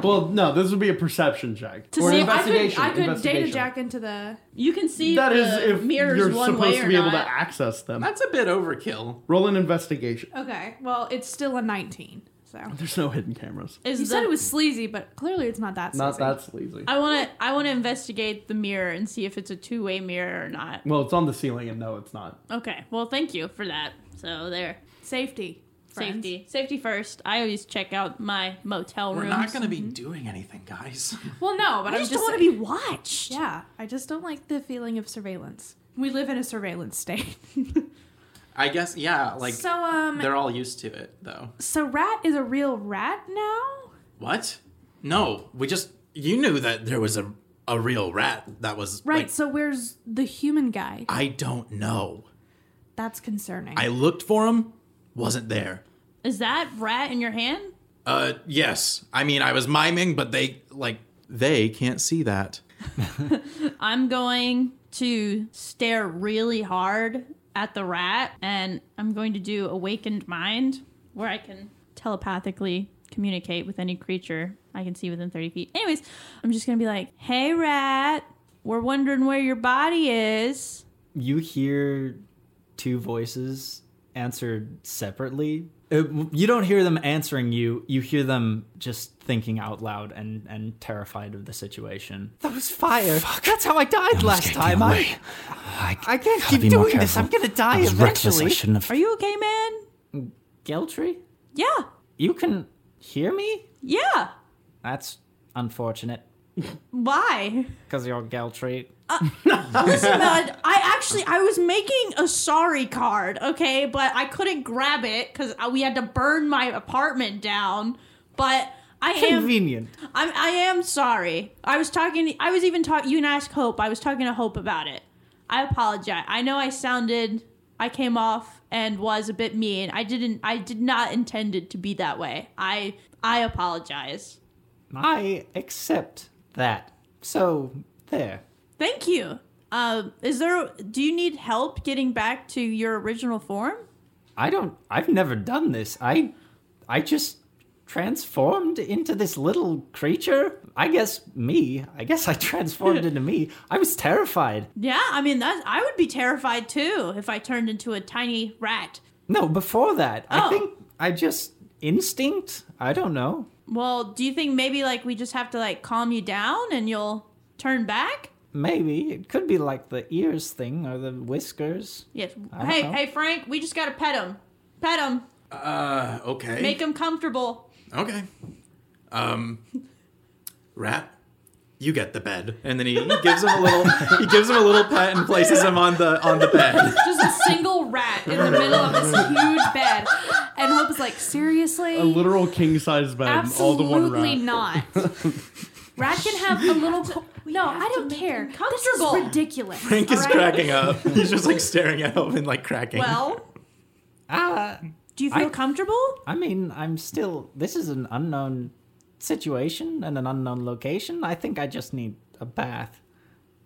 Speaker 2: Well, no, this would be a perception check or an investigation.
Speaker 6: I could, I could data
Speaker 2: investigation.
Speaker 6: jack into the.
Speaker 4: you can see
Speaker 2: That
Speaker 4: if
Speaker 2: is,
Speaker 4: the
Speaker 2: if
Speaker 4: mirrors
Speaker 2: you're
Speaker 4: one
Speaker 2: supposed
Speaker 4: way or
Speaker 2: to be able
Speaker 4: not.
Speaker 2: to access them.
Speaker 5: That's a bit overkill.
Speaker 2: Roll an investigation.
Speaker 6: Okay. Well, it's still a 19. So.
Speaker 2: There's no hidden cameras.
Speaker 4: Is
Speaker 6: You said
Speaker 4: the-
Speaker 6: it was sleazy, but clearly it's not that sleazy.
Speaker 2: Not that sleazy.
Speaker 4: I want to. I want to investigate the mirror and see if it's a two-way mirror or not.
Speaker 2: Well, it's on the ceiling, and no, it's not.
Speaker 4: Okay. Well, thank you for that. So there,
Speaker 6: Safety. friends.
Speaker 4: safety, safety first. I always check out my motel
Speaker 5: We're
Speaker 4: rooms.
Speaker 5: not going to
Speaker 6: mm-hmm.
Speaker 5: be doing anything, guys.
Speaker 6: Well, no, but
Speaker 4: I
Speaker 6: I'm just.
Speaker 4: just don't want to be watched.
Speaker 6: yeah, I just don't like the feeling of surveillance. We live in a surveillance state.
Speaker 5: I guess yeah, like
Speaker 6: so, um,
Speaker 5: they're all used to it though.
Speaker 6: so Rat is a real rat now?
Speaker 5: What? No, we just you knew that there was a a real rat that was
Speaker 6: Right,
Speaker 5: like,
Speaker 6: so where's the human guy?
Speaker 5: I don't know.
Speaker 6: That's concerning.
Speaker 5: I looked for him, wasn't there.
Speaker 4: Is that rat in your hand?
Speaker 5: Uh yes. I mean, I was miming, but they like they can't see that.
Speaker 4: I'm going to stare really hard at the rat, and I'm going to do awakened mind, where I can telepathically communicate with any creature I can see within 30 feet. Anyways, I'm just going to be like, hey, rat, we're wondering where your body is.
Speaker 7: you hear two voices answered separately. Uh, You don't hear them answering you. You hear them just thinking out loud and, and terrified of the situation. That was fire. That's how I died last time. I,
Speaker 11: I,
Speaker 7: I can't
Speaker 11: gotta
Speaker 7: keep
Speaker 11: be more
Speaker 7: doing this.
Speaker 11: careful.
Speaker 7: I'm gonna die
Speaker 11: I was reckless. I
Speaker 7: eventually.
Speaker 11: shouldn't
Speaker 4: Are
Speaker 11: have.
Speaker 4: you okay, man?
Speaker 7: Geltry,
Speaker 4: Yeah.
Speaker 7: you can hear me?
Speaker 4: Yeah.
Speaker 7: That's unfortunate.
Speaker 4: Why?
Speaker 7: Because you're Geltry.
Speaker 4: Listen, man, I actually I was making a sorry card, okay, but I couldn't grab it because we had to burn my apartment down. But I am
Speaker 7: Convenient.
Speaker 4: I'm, I am sorry. I was talking. I was even talking. You and asked Hope. I was talking to Hope about it. I apologize. I know I sounded. I came off and was a bit mean. I didn't. I did not intend it to be that way. I I apologize.
Speaker 7: I accept that. So, there.
Speaker 4: Thank you. Um, is there? Do you need help getting back to your original form?
Speaker 7: I don't I've never done this. I I just transformed into this little creature. I guess me. I guess I transformed into me. I was terrified.
Speaker 4: Yeah. I mean, that I would be terrified too if I turned into a tiny rat.
Speaker 7: No, before that.
Speaker 4: Oh.
Speaker 7: I think I just instinct. I don't know.
Speaker 4: Well, do you think maybe like we just have to like calm you down and you'll turn back?
Speaker 7: Maybe it could be like the ears thing or the whiskers.
Speaker 4: Yes.
Speaker 7: I don't
Speaker 4: Hey,
Speaker 7: know.
Speaker 4: hey, Frank, we just gotta pet him. Pet him.
Speaker 5: Uh, okay.
Speaker 4: Make him comfortable.
Speaker 5: Okay. Um, rat, you get the bed, and then he, he gives him a little he gives him a little pet and places him on the on the bed.
Speaker 3: Just a single rat in the middle of this huge bed. And Hope is like, seriously?
Speaker 2: A literal king size bed, all the one rat.
Speaker 3: Absolutely not. Rat can have a little. Co- no, I don't care. This is
Speaker 4: comfortable.
Speaker 3: ridiculous.
Speaker 5: Frank is
Speaker 3: all right?
Speaker 5: cracking up. He's just like staring at him and like cracking.
Speaker 4: Well,
Speaker 7: Ah,
Speaker 4: do you feel
Speaker 7: I-
Speaker 4: comfortable?
Speaker 7: I mean, I'm still this is an unknown situation and an unknown location. I think I just need a bath.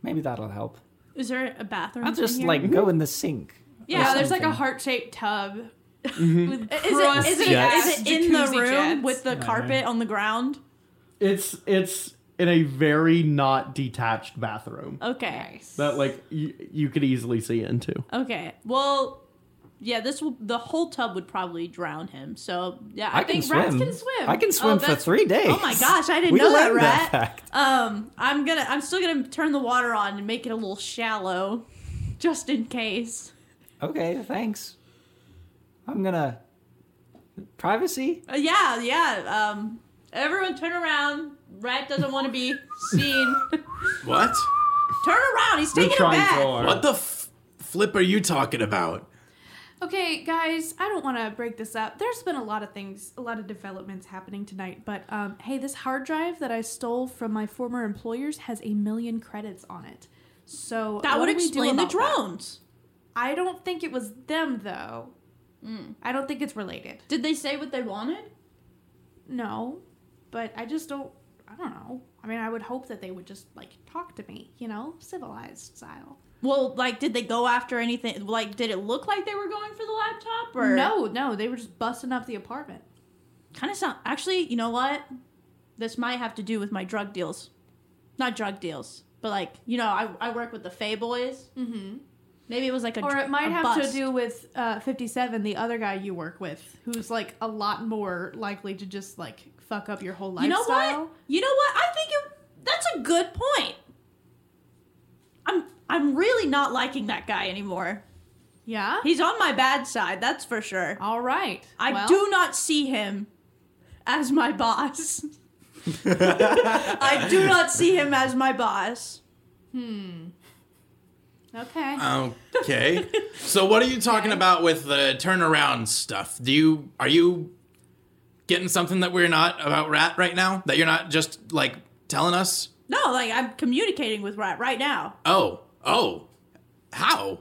Speaker 7: Maybe that'll help.
Speaker 4: Is there a bathroom?
Speaker 7: I'll just
Speaker 4: in here? Mm-hmm.
Speaker 7: like go in the sink. or
Speaker 3: Yeah, there's like a
Speaker 7: something.
Speaker 3: heart shaped tub. With
Speaker 4: Is it, is it,
Speaker 3: crusty-ass
Speaker 4: is it in the
Speaker 3: jacuzzi
Speaker 4: room
Speaker 3: jets.
Speaker 4: with the carpet on the ground?
Speaker 2: It's it's in a very not detached bathroom
Speaker 4: Okay.
Speaker 2: that like you, you could easily see into.
Speaker 4: Okay. Well, yeah, this will the whole tub would probably drown him. So yeah, I,
Speaker 7: I can
Speaker 4: think rats
Speaker 7: swim.
Speaker 4: can swim. Oh,
Speaker 7: I can swim for
Speaker 4: that's-
Speaker 7: three days.
Speaker 4: Oh my gosh, I didn't
Speaker 7: We
Speaker 4: know that
Speaker 7: learned
Speaker 4: rat.
Speaker 7: that fact.
Speaker 4: Um, I'm gonna I'm still gonna turn the water on and make it a little shallow, just in case.
Speaker 7: Okay, thanks. I'm gonna privacy.
Speaker 4: Uh, yeah, yeah. Um, everyone turn around. Rat doesn't want to be seen.
Speaker 5: what?
Speaker 4: turn around. He's
Speaker 2: They're
Speaker 4: taking a
Speaker 2: trying so
Speaker 4: bath.
Speaker 2: hard.
Speaker 5: What the f- flip are you talking about?
Speaker 3: Okay, guys, I don't want to break this up. There's been a lot of things, a lot of developments happening tonight, but um, hey, this hard drive that I stole from my former employers has a million credits on it. So
Speaker 4: That
Speaker 3: what
Speaker 4: would
Speaker 3: do we do
Speaker 4: explain the
Speaker 3: about that?
Speaker 4: drones.
Speaker 3: I don't think it was them though.
Speaker 4: Mm.
Speaker 3: I don't think it's related.
Speaker 4: Did they say what they wanted?
Speaker 3: No, but I just don't. I don't know. I mean, I would hope that they would just like talk to me, you know, civilized style.
Speaker 4: Well, like, did they go after anything? Like, did it look like they were going for the laptop? Or
Speaker 3: No, no, they were just busting up the apartment.
Speaker 4: Kind of sound. Actually, you know what? This might have to do with my drug deals. Not drug deals, but like, you know, I, I work with the Fay Boys. Mm-hmm. Maybe it was like a
Speaker 3: Or
Speaker 4: dr-
Speaker 3: it might
Speaker 4: a
Speaker 3: have
Speaker 4: bust.
Speaker 3: to do with uh, 57, the other guy you work with, who's like a lot more likely to just like fuck up your whole
Speaker 4: You know
Speaker 3: lifestyle.
Speaker 4: what? You know what? I think it, that's a good point. I'm I'm really not liking that guy anymore.
Speaker 3: Yeah.
Speaker 4: He's on my bad side, that's for sure.
Speaker 3: All right.
Speaker 4: I
Speaker 3: Well,
Speaker 4: do not see him as my boss. I do not see him as my boss.
Speaker 3: Okay.
Speaker 5: Okay. so what are you talking about with the turnaround stuff? Do you are you getting something that we're not about rat right now? That you're not just like telling us?
Speaker 4: No, like I'm communicating with Rat right now.
Speaker 5: Oh, oh. How?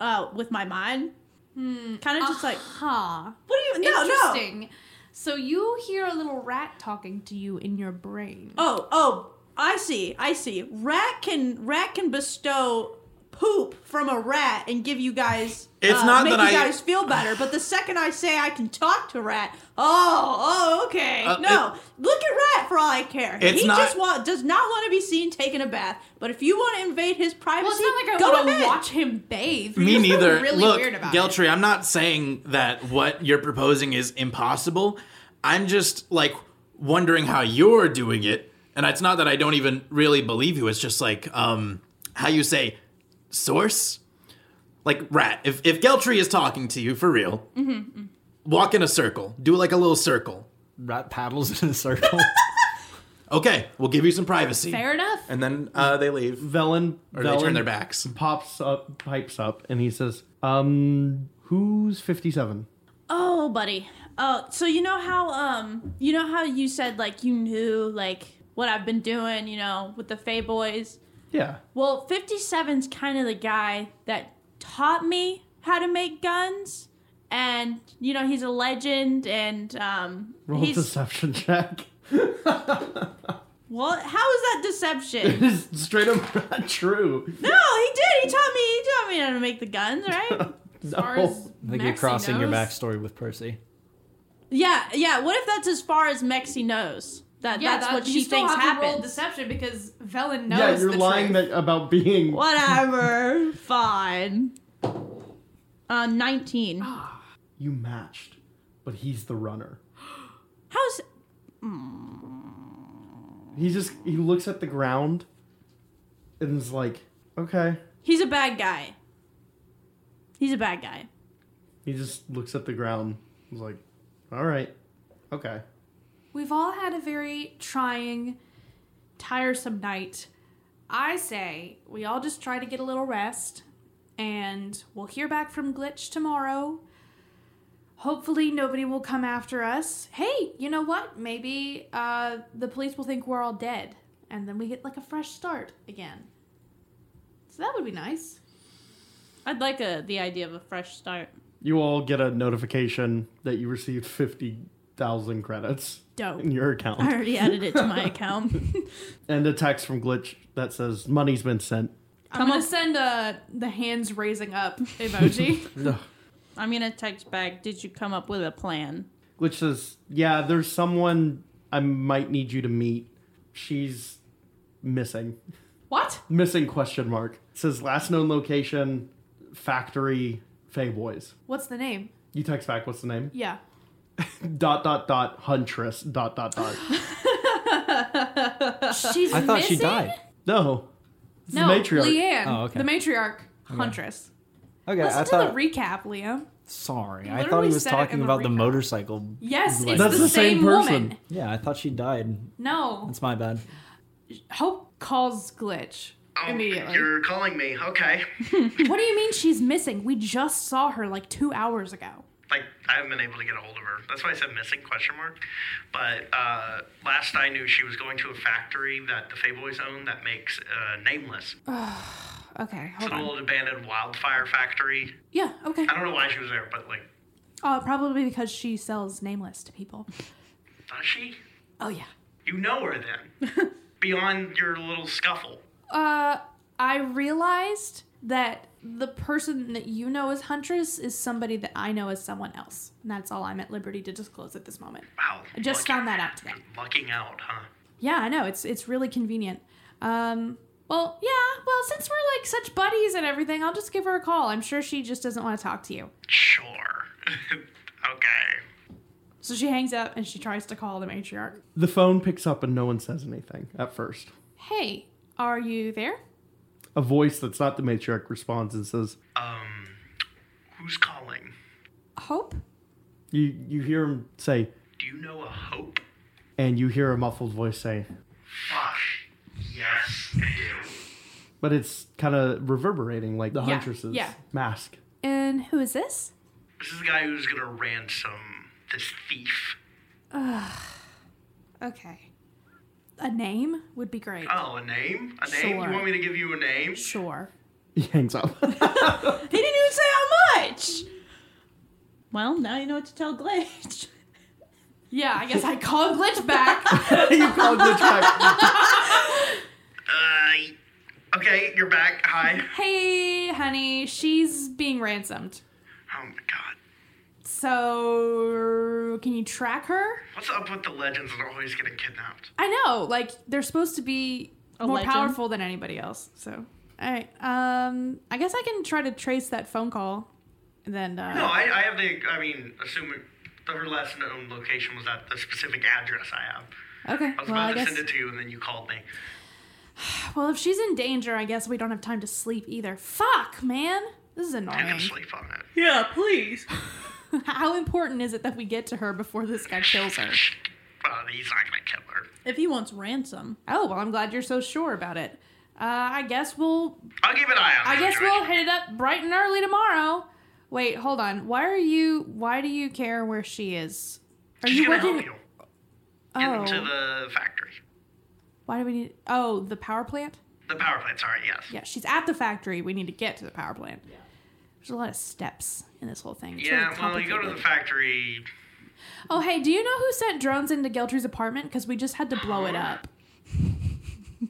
Speaker 4: Uh, with my mind. Kind of just like,
Speaker 3: huh.
Speaker 4: what do you? No, no.
Speaker 3: Uh-huh. Interesting. So you hear a little rat talking to you in your brain.
Speaker 4: Oh, oh, I see, I see. Rat can rat can bestow poop from a rat and give you guys.
Speaker 5: It's
Speaker 4: uh,
Speaker 5: not
Speaker 4: make
Speaker 5: that
Speaker 4: you
Speaker 5: I-
Speaker 4: guys feel better, but the second I say I can talk to rat, oh, oh, okay, okay, no. Look at Rat for all I care.
Speaker 5: Uh, It's
Speaker 4: he
Speaker 5: not-
Speaker 4: just wa- does not want to be seen taking a bath. But if you want to invade his privacy,
Speaker 3: Well, it's not like
Speaker 4: go
Speaker 3: I want
Speaker 4: ahead.
Speaker 3: to watch him bathe.
Speaker 5: Me
Speaker 3: There's something
Speaker 5: neither.
Speaker 3: Really
Speaker 5: Look,
Speaker 3: weird about
Speaker 5: Geltry, I'm not saying that what you're proposing is impossible. I'm just like wondering how you're doing it, and it's not that I don't even really believe you. It's just like um, how you say source. Like rat, if if Geltry is talking to you for real,
Speaker 3: Mm-hmm,
Speaker 5: walk in a circle. Do like a little circle.
Speaker 7: Rat paddles in a circle.
Speaker 5: Okay, we'll give you some privacy.
Speaker 3: it. Fair enough.
Speaker 5: And then uh, they leave
Speaker 2: Velen,
Speaker 5: or they turn
Speaker 2: Velen
Speaker 5: their backs.
Speaker 2: pops up, pipes up, and he says, "Um, who's fifty-seven?
Speaker 4: Oh, buddy. Oh, so you know how um, you know how you said like you knew like what I've been doing, you know, with the Fay Boys.
Speaker 2: Yeah,
Speaker 4: Well, 57's kind of the guy that taught me how to make guns. And, you know, he's a legend and um,
Speaker 2: roll a
Speaker 4: he's.
Speaker 2: deception check."
Speaker 4: what? How is that deception?
Speaker 2: It's straight up not true.
Speaker 4: no, he did. He taught me. He taught me how to make the guns, right?
Speaker 2: No.
Speaker 3: As far as
Speaker 7: I think you're
Speaker 3: Maxi
Speaker 7: crossing your
Speaker 3: knows-
Speaker 7: backstory with Percy.
Speaker 4: yeah, yeah. What if that's as far as Mexi knows? That
Speaker 3: Yeah,
Speaker 4: that's
Speaker 3: that-
Speaker 4: what
Speaker 3: you
Speaker 4: she
Speaker 3: still
Speaker 4: thinks
Speaker 3: have To roll
Speaker 4: happens.
Speaker 3: deception because Velen knows.
Speaker 2: yeah, you're
Speaker 3: the
Speaker 2: lying
Speaker 3: truth.
Speaker 2: that, about being.
Speaker 4: Whatever. Fine. Uh, 19.
Speaker 3: Ah.
Speaker 2: You matched, but he's the runner.
Speaker 4: How's.
Speaker 2: He just he looks at the ground, and is like, "Okay."
Speaker 4: He's a bad guy. He's a bad guy.
Speaker 2: He just looks at the ground. He's like, "All right, okay."
Speaker 3: We've all had a very trying, tiresome night. I say we all just try to get a little rest, and we'll hear back from Glitch tomorrow. Hopefully, nobody will come after us. Hey, you know what? Maybe uh, the police will think we're all dead, and then we get like a fresh start again. So that would be nice.
Speaker 4: I'd like a, the idea of a fresh start.
Speaker 2: You all get a notification that you received 50,000 credits
Speaker 4: Dope.
Speaker 2: in your account
Speaker 4: I already added it to my account.
Speaker 2: and a text from Glitch that says, Money's been sent.
Speaker 3: I'm gonna send uh, the hands raising up emoji.
Speaker 4: I'm gonna text back. Did you come up with a plan?
Speaker 2: Glitch says, Yeah, there's someone I might need you to meet. She's missing.
Speaker 3: what?
Speaker 2: Missing question mark. It says, Last known location, factory, Fay Boys.
Speaker 3: What's the name?
Speaker 2: You text back, what's the name?
Speaker 3: Yeah.
Speaker 2: Dot, dot, dot, Huntress, dot, dot, dot.
Speaker 3: She's
Speaker 7: I thought
Speaker 3: missing?
Speaker 7: she died.
Speaker 2: no. It's
Speaker 3: No,
Speaker 2: the matriarch.
Speaker 3: Leanne,
Speaker 7: Oh, okay.
Speaker 3: the matriarch, Huntress.
Speaker 7: Okay,
Speaker 3: Listen
Speaker 7: I
Speaker 3: to
Speaker 7: thought.
Speaker 3: the recap, Liam.
Speaker 7: sorry,
Speaker 3: You
Speaker 7: I thought
Speaker 3: literally
Speaker 7: he was
Speaker 3: said it in
Speaker 7: talking
Speaker 3: the
Speaker 7: about the
Speaker 3: recap.
Speaker 7: motorcycle.
Speaker 3: Yes, it's
Speaker 2: That's
Speaker 3: the,
Speaker 2: the
Speaker 3: same,
Speaker 2: same person.
Speaker 3: woman.
Speaker 7: Yeah, I thought she died.
Speaker 3: No,
Speaker 7: That's my bad.
Speaker 3: Hope calls glitch
Speaker 10: Oh,
Speaker 3: immediately.
Speaker 10: you're calling me. Okay.
Speaker 3: What do you mean she's missing? We just saw her like two hours ago.
Speaker 10: like I haven't been able to get a hold of her. That's why I said missing question mark. But uh, last I knew, she was going to a factory that the Fayboys own that makes uh, Nameless.
Speaker 3: Okay,
Speaker 10: It's
Speaker 3: hold
Speaker 10: an
Speaker 3: on.
Speaker 10: old abandoned wildfire factory.
Speaker 3: Yeah, okay.
Speaker 10: I don't know why she was there, but like,
Speaker 3: Uh, probably because she sells nameless to people.
Speaker 10: does she?
Speaker 3: Oh yeah.
Speaker 10: You know her then. Beyond your little scuffle.
Speaker 3: Uh, I realized that the person that you know as Huntress is somebody that I know as someone else. And that's all I'm at liberty to disclose at this moment.
Speaker 10: Wow.
Speaker 3: I just
Speaker 10: lucky-
Speaker 3: found that out today.
Speaker 10: Lucking out, huh?
Speaker 3: Yeah, I know. It's it's really convenient. Um, well, yeah. Well, since we're like such buddies and everything, I'll just give her a call. I'm sure she just doesn't want to talk to you.
Speaker 10: Sure. okay.
Speaker 3: So she hangs up and she tries to call the matriarch.
Speaker 2: The phone picks up and no one says anything at first.
Speaker 3: Hey, are you there?
Speaker 2: A voice that's not the matriarch responds and says,
Speaker 10: Um, who's calling?
Speaker 3: Hope?
Speaker 2: You you hear him say,
Speaker 10: Do you know a Hope?
Speaker 2: and you hear a muffled voice say,
Speaker 10: Fuck. Yes, I do.
Speaker 2: but it's kind of reverberating like the
Speaker 3: Yeah,
Speaker 2: huntress's
Speaker 3: yeah.
Speaker 2: mask.
Speaker 3: And who is this?
Speaker 10: This is the guy who's gonna ransom this thief.
Speaker 3: Okay. A name would be great.
Speaker 10: Oh, a name? A name?
Speaker 3: Sure.
Speaker 10: You want me to give you a name?
Speaker 3: Sure.
Speaker 2: He hangs up.
Speaker 4: He didn't even say how much. Well, now you know what to tell Glitch.
Speaker 3: Yeah, I guess I call Glitch back.
Speaker 2: you call Glitch back.
Speaker 10: Uh, okay, you're back. Hi.
Speaker 3: hey, honey, she's being ransomed.
Speaker 10: Oh my god.
Speaker 3: So, can you track her?
Speaker 10: What's up with the legends that always getting kidnapped?
Speaker 3: I know, like they're supposed to be
Speaker 4: A
Speaker 3: more
Speaker 4: legend.
Speaker 3: powerful than anybody else. So, all right. Um, I guess I can try to trace that phone call. And then, uh,
Speaker 10: No, I, I have the. I mean, assuming that her last known location was at the specific address I have.
Speaker 3: okay.
Speaker 10: I was
Speaker 3: Well,
Speaker 10: about
Speaker 3: I
Speaker 10: to
Speaker 3: guess.
Speaker 10: send it to you, and then you called me.
Speaker 3: Well, if she's in danger, I guess we don't have time to sleep either. Fuck, man. This is
Speaker 10: I can
Speaker 3: annoying.
Speaker 10: sleep on it.
Speaker 4: Yeah, please.
Speaker 3: How important is it that we get to her before this guy kills her?
Speaker 10: Well, he's not gonna kill her.
Speaker 4: If he wants ransom,
Speaker 3: Oh, well, I'm glad you're so sure about it. Uh, I guess we'll
Speaker 10: I'll keep an eye on.
Speaker 3: I
Speaker 10: the
Speaker 3: guess we'll
Speaker 10: situation.
Speaker 3: hit it up bright and early tomorrow. Wait, hold on. Why are you? Why do you care where she is? Are
Speaker 10: She's
Speaker 3: you
Speaker 10: gonna help
Speaker 3: working?
Speaker 10: you get
Speaker 3: Oh,
Speaker 10: into the factory,
Speaker 3: why do we need? Oh, the power plant.
Speaker 10: the power plant. Sorry, yes.
Speaker 3: Yeah, she's at the factory. We need to get to the power plant. There's a lot of steps in this whole thing. It's
Speaker 10: Yeah,
Speaker 3: really
Speaker 10: well, you go to
Speaker 3: complicated.
Speaker 10: the factory.
Speaker 3: Oh, hey, do you know who sent drones into Geltry's apartment? Because we just had to blow it up.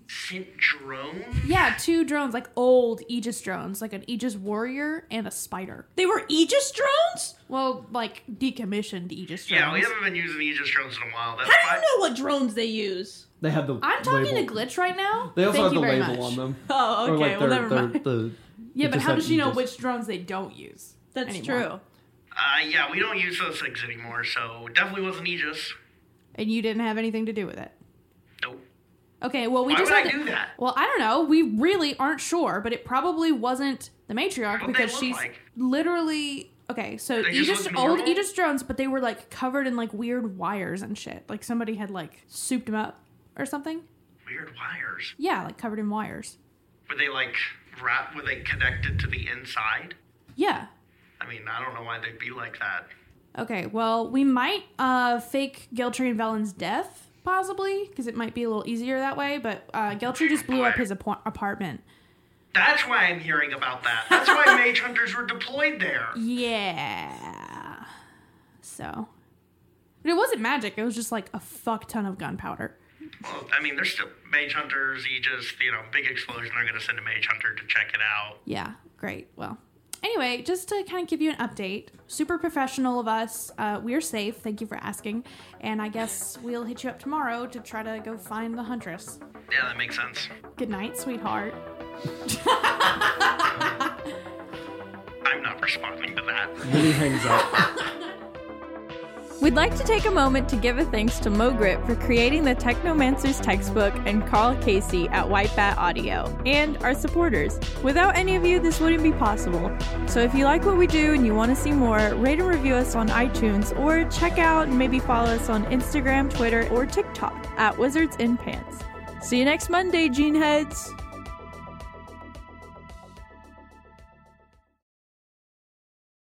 Speaker 10: Sent drone.
Speaker 3: Yeah, two drones, like old Aegis drones, like an Aegis warrior and a spider.
Speaker 4: they were Aegis drones.
Speaker 3: Well, like decommissioned Aegis drones.
Speaker 10: Yeah, we haven't been using Aegis drones in a while. That's
Speaker 4: How
Speaker 10: why.
Speaker 4: do you know what drones they use?
Speaker 2: They had the.
Speaker 3: I'm talking
Speaker 2: label.
Speaker 3: to Glitch right now.
Speaker 2: They also
Speaker 3: Thank
Speaker 2: have the
Speaker 3: you very
Speaker 2: label
Speaker 3: much.
Speaker 2: on them.
Speaker 4: Oh,
Speaker 2: Or,
Speaker 4: okay.
Speaker 2: like,
Speaker 4: well,
Speaker 2: their-
Speaker 4: never
Speaker 2: their-
Speaker 4: mind.
Speaker 2: the-
Speaker 3: Yeah,
Speaker 2: it
Speaker 3: but
Speaker 2: just
Speaker 3: how
Speaker 2: had
Speaker 3: does she know
Speaker 2: Aegis.
Speaker 3: which drones they don't use?
Speaker 4: That's
Speaker 3: anymore.
Speaker 4: true.
Speaker 10: Uh, yeah, we don't use those things anymore, so definitely wasn't Aegis.
Speaker 3: And you didn't have anything to do with it.
Speaker 10: Nope.
Speaker 3: Okay, well we
Speaker 10: Why
Speaker 3: just
Speaker 10: would
Speaker 3: had
Speaker 10: I
Speaker 3: to-
Speaker 10: do that?
Speaker 3: Well, I don't know. We really aren't sure, but it probably wasn't the matriarch
Speaker 10: What'd they
Speaker 3: because
Speaker 10: look
Speaker 3: she's
Speaker 10: like?
Speaker 3: literally okay. So
Speaker 10: They just
Speaker 3: Aegis,
Speaker 10: look
Speaker 3: old
Speaker 10: normal?
Speaker 3: Aegis drones, but they were like covered in like weird wires and shit. Like somebody had like souped them up or something.
Speaker 10: Weird wires.
Speaker 3: Yeah, like covered in wires.
Speaker 10: Were they like wrapped? Were they connected to the inside?
Speaker 3: Yeah.
Speaker 10: I mean, I don't know why they'd be like that.
Speaker 3: Okay. Well, we might uh fake Geltry and Velen's death possibly because it might be a little easier that way. But uh, Geltry just blew up his apo- apartment.
Speaker 10: That's why I'm hearing about that. That's why mage hunters were deployed there.
Speaker 3: Yeah. So. But it wasn't magic, it was just like a fuck ton of gunpowder.
Speaker 10: Well, I mean, there's still mage hunters. You just, you know, big explosion. They're gonna send a mage hunter to check it out.
Speaker 3: Yeah, great. Well, anyway, just to kind of give you an update, super professional of us. Uh, we're safe. Thank you for asking. And I guess we'll hit you up tomorrow to try to go find the Huntress.
Speaker 10: Yeah, that makes sense.
Speaker 3: Good night, sweetheart.
Speaker 10: I'm not responding to that.
Speaker 1: We'd like to take a moment to give a thanks to Mogrit for creating the Technomancer's textbook and Carl Casey at White Bat Audio, and our supporters. Without any of you, this wouldn't be possible. So if you like what we do and you want to see more, rate and review us on iTunes, or check out and maybe follow us on Instagram, Twitter, or TikTok at Wizards in Pants. See you next Monday, Gene Heads!